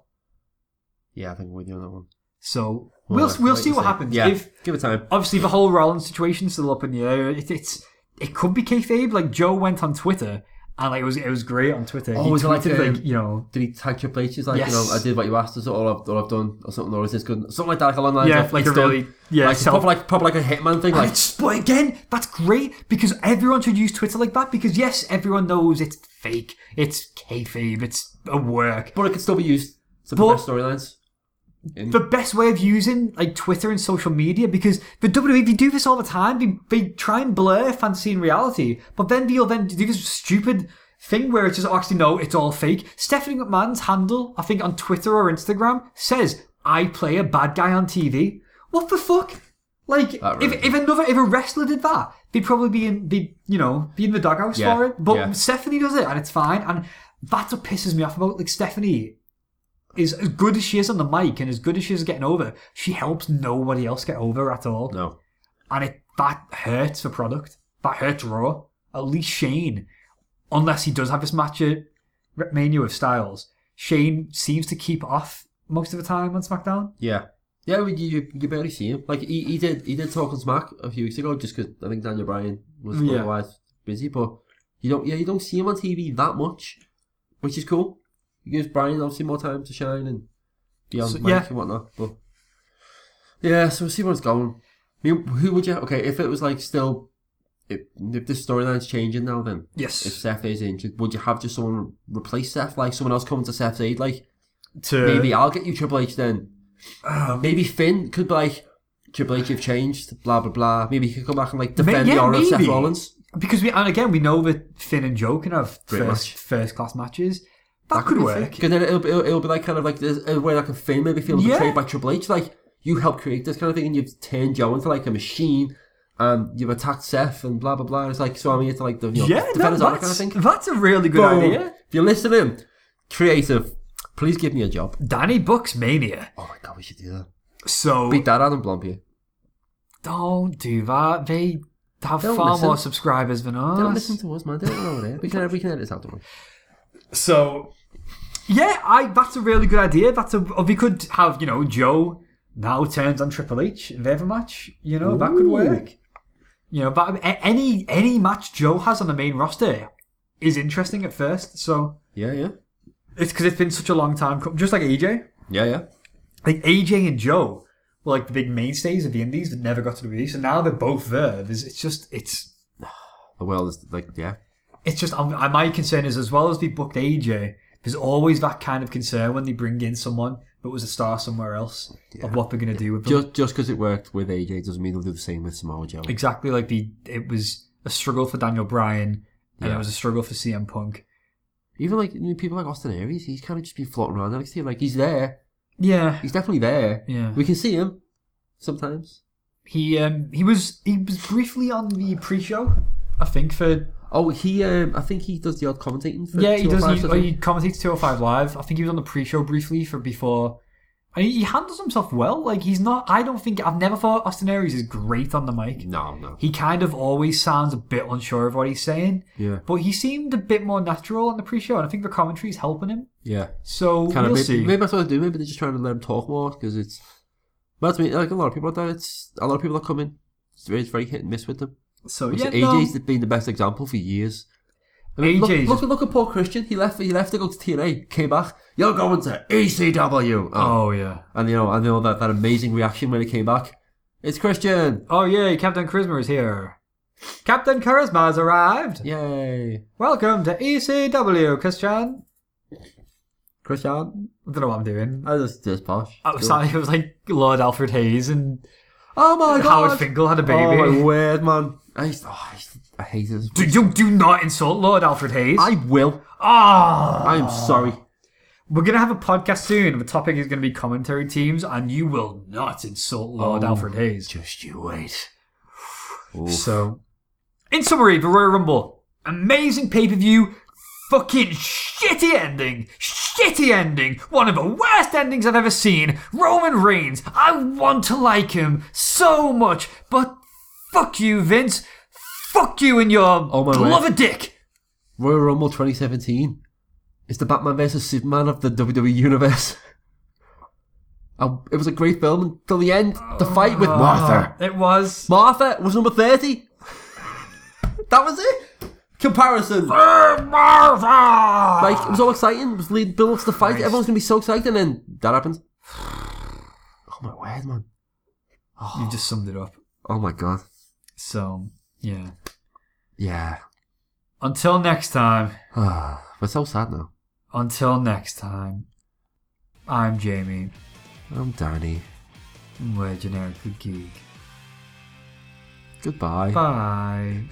Speaker 3: Yeah, I think we're doing that one.
Speaker 2: So we'll we'll,
Speaker 3: wait
Speaker 2: see
Speaker 3: and
Speaker 2: what happens.
Speaker 3: Yeah.
Speaker 2: If
Speaker 3: Give it time.
Speaker 2: obviously the whole Rollins situation's still up in the air. It, it's it could be kayfabe. Like Joe went on Twitter and like it was it was great on Twitter.
Speaker 3: Oh,
Speaker 2: he
Speaker 3: was it like,
Speaker 2: tweeted,
Speaker 3: um,
Speaker 2: you know
Speaker 3: Did he tag Triple H? He's like, you know,
Speaker 2: Yes.
Speaker 3: I did what you asked, is all I've, all I've done, or something, or is this good? Something like that, like along the lines
Speaker 2: yeah
Speaker 3: of,
Speaker 2: like a
Speaker 3: it's done.
Speaker 2: really yeah
Speaker 3: like,
Speaker 2: self
Speaker 3: proper, like, proper like a hitman thing, like,
Speaker 2: It's- but again, that's great because everyone should use Twitter like that because yes, everyone knows it's fake, it's kayfabe, it's a work.
Speaker 3: but it could still be used to
Speaker 2: But-
Speaker 3: progress storylines.
Speaker 2: the best way of using like Twitter and social media because the WWE they do this all the time. They, they try and blur fantasy and reality, but then they'll then do this stupid thing where it's just oh, actually no, it's all fake. Stephanie McMahon's handle, I think on Twitter or Instagram, says I play a bad guy on TV. What the fuck? Like
Speaker 3: That
Speaker 2: if,
Speaker 3: really-
Speaker 2: if another if a wrestler did that, they'd probably be in be you know be in the doghouse
Speaker 3: Yeah,
Speaker 2: for it. But
Speaker 3: yeah.
Speaker 2: Stephanie does it and it's fine. And that's what pisses me off about like Stephanie is as good as she is on the mic and as good as she is getting over, she helps nobody else get over at all.
Speaker 3: No.
Speaker 2: And it that hurts the product. That hurts Raw. At least Shane, unless he does have this match at Mania with Styles, Shane seems to keep off most of the time on SmackDown.
Speaker 3: Yeah. Yeah, we, you, you barely see him. Like he, he did, he did talk on Smack a few weeks ago, just because I think Daniel Bryan was
Speaker 2: Yeah.
Speaker 3: otherwise busy. But you don't, yeah, you don't see him on TV that much, which is cool. It gives Bryan obviously more time to shine and be on
Speaker 2: So,
Speaker 3: mic
Speaker 2: yeah.
Speaker 3: and whatnot. But yeah, so we'll see where it's going. I mean, who would you? Okay, if it was like still, if, if this storyline's changing now, then if
Speaker 2: Yes.
Speaker 3: Seth is injured, would you have just someone replace Seth, like someone else coming to Seth's aid, like?
Speaker 2: To
Speaker 3: Maybe I'll get you Triple H then.
Speaker 2: Um,
Speaker 3: maybe Finn could be like, Triple H, you've changed, blah, blah, blah. Maybe he could come back and like defend
Speaker 2: yeah,
Speaker 3: the honor of Seth
Speaker 2: maybe.
Speaker 3: Rollins.
Speaker 2: because we and again we know that Finn and Joe can have
Speaker 3: Great
Speaker 2: first
Speaker 3: match.
Speaker 2: first class matches. That, could, work.
Speaker 3: Because then it'll, be- it'll, it'll be like kind of like there's a way like a Finn maybe feels
Speaker 2: Yeah.
Speaker 3: betrayed by Triple H. Like, you helped create this kind of thing and you've turned Joe into like a machine and you've attacked Seth and blah, blah, blah. And it's like, so I'm here to like, the, you know,
Speaker 2: Yeah,
Speaker 3: defend
Speaker 2: that,
Speaker 3: his honor kind
Speaker 2: that's,
Speaker 3: of thing.
Speaker 2: that's a really good
Speaker 3: Boom.
Speaker 2: idea.
Speaker 3: If you're listening, creative, please give me a job.
Speaker 2: Danny Bucks Mania.
Speaker 3: Oh my God, we should do that.
Speaker 2: So
Speaker 3: Beat that Adam Blompier.
Speaker 2: don't do that. They have
Speaker 3: Don't
Speaker 2: far
Speaker 3: listen.
Speaker 2: more subscribers than us.
Speaker 3: Don't listen to us, man. Don't know there. We can, we can edit this out, don't we?
Speaker 2: So, yeah, I that's a really good idea. That's a or we could have you know Joe now turns on Triple H in their match. You know that could
Speaker 3: Ooh.
Speaker 2: work. You know, but a- any any match Joe has on the main roster is interesting at first. So
Speaker 3: Yeah, yeah.
Speaker 2: it's because it's been such a long time. co- Just like AJ,
Speaker 3: Yeah, yeah.
Speaker 2: like AJ and Joe were like the big mainstays of the Indies that never got to the release, and now they're both there. There's, it's just it's
Speaker 3: The world is like, yeah.
Speaker 2: it's just um, uh, my concern is as well as they booked AJ, there's always that kind of concern when they bring in someone that was a star somewhere else of what they're going to do with them.
Speaker 3: Just just because it worked with AJ doesn't mean they'll do the same with Samoa Joe.
Speaker 2: exactly like the it was a struggle for Daniel Bryan and it
Speaker 3: Yeah.
Speaker 2: was a struggle for CM Punk.
Speaker 3: Even like you know, people like Austin Aries, he's kind of just been floating around NXT. Like he's there,
Speaker 2: Yeah,
Speaker 3: he's definitely there.
Speaker 2: Yeah.
Speaker 3: we can see him sometimes.
Speaker 2: he um he was he was briefly on the pre-show, I think for
Speaker 3: Oh, he um, I think he does the odd commentating. For
Speaker 2: yeah he does
Speaker 3: 205,
Speaker 2: he,
Speaker 3: so I
Speaker 2: oh,
Speaker 3: think-
Speaker 2: he commentates 205 live. I think he was on the pre-show briefly for before. And he he handles himself well. Like he's not. I don't think I've never thought Austin Aries is great on the mic.
Speaker 3: No, no.
Speaker 2: he kind of always sounds a bit unsure of what he's saying.
Speaker 3: Yeah,
Speaker 2: But he seemed a bit more natural on the pre-show, and I think the commentary is helping him.
Speaker 3: yeah.
Speaker 2: So
Speaker 3: Kind
Speaker 2: we'll
Speaker 3: of
Speaker 2: see.
Speaker 3: maybe, maybe that's what they do. Maybe they're just trying to let him talk more because it's. But to me, like a lot of people out there, it's a lot of people are coming. It's very, it's very hit and miss with them.
Speaker 2: so
Speaker 3: Which
Speaker 2: yeah,
Speaker 3: AJ's
Speaker 2: no.
Speaker 3: been the best example for years. I look,
Speaker 2: AJ's
Speaker 3: look, look at Paul Christian. He left. He left to go to TNA. Came back. You're going to ECW. Oh.
Speaker 2: oh yeah,
Speaker 3: And you know, and you know that, that amazing reaction when he came back. It's Christian.
Speaker 2: oh yeah, Captain Charisma is here. Captain Charisma has arrived.
Speaker 3: Yay,
Speaker 2: Welcome to ECW, Christian.
Speaker 3: Christian.
Speaker 2: I don't know what I'm doing.
Speaker 3: I just just posh.
Speaker 2: I was, sorry, it was like Lord Alfred Hayes and
Speaker 3: Oh my god.
Speaker 2: Howard Finkel had a baby.
Speaker 3: Oh my word, man. I used, oh, I, used to- I hate this.
Speaker 2: do, do, do not insult Lord Alfred Hayes.
Speaker 3: I will.
Speaker 2: Ah.
Speaker 3: I am sorry.
Speaker 2: We're gonna have a podcast soon. The topic is gonna be commentary teams, and you will not insult Lord Alfred Hayes.
Speaker 3: Oh, Just you wait.
Speaker 2: So, in summary, the Royal Rumble, amazing pay per view, fucking shitty ending, shitty ending, one of the worst endings I've ever seen. Roman Reigns, I want to like him so much, but fuck you, Vince. Fuck you and your
Speaker 3: Oh, my word.
Speaker 2: love a dick.
Speaker 3: Royal Rumble 2017. It's the Batman versus Superman of the WWE universe. Um, it was a great film until the end. The fight with Martha.
Speaker 2: It was.
Speaker 3: Martha was number 30. that was it. Comparison.
Speaker 2: Martha!
Speaker 3: Like, it was all exciting. It was leading build up to the fight. Everyone's going to be so excited. And then that happened. Oh my word, man.
Speaker 1: Ah.
Speaker 2: You just summed it up.
Speaker 3: Oh my god.
Speaker 2: So, yeah.
Speaker 3: Yeah.
Speaker 2: Until next time.
Speaker 3: We're so sad now.
Speaker 2: Until next time. I'm Jamie.
Speaker 3: I'm Danny.
Speaker 2: and We're Generic Geek.
Speaker 3: Goodbye.
Speaker 2: Bye.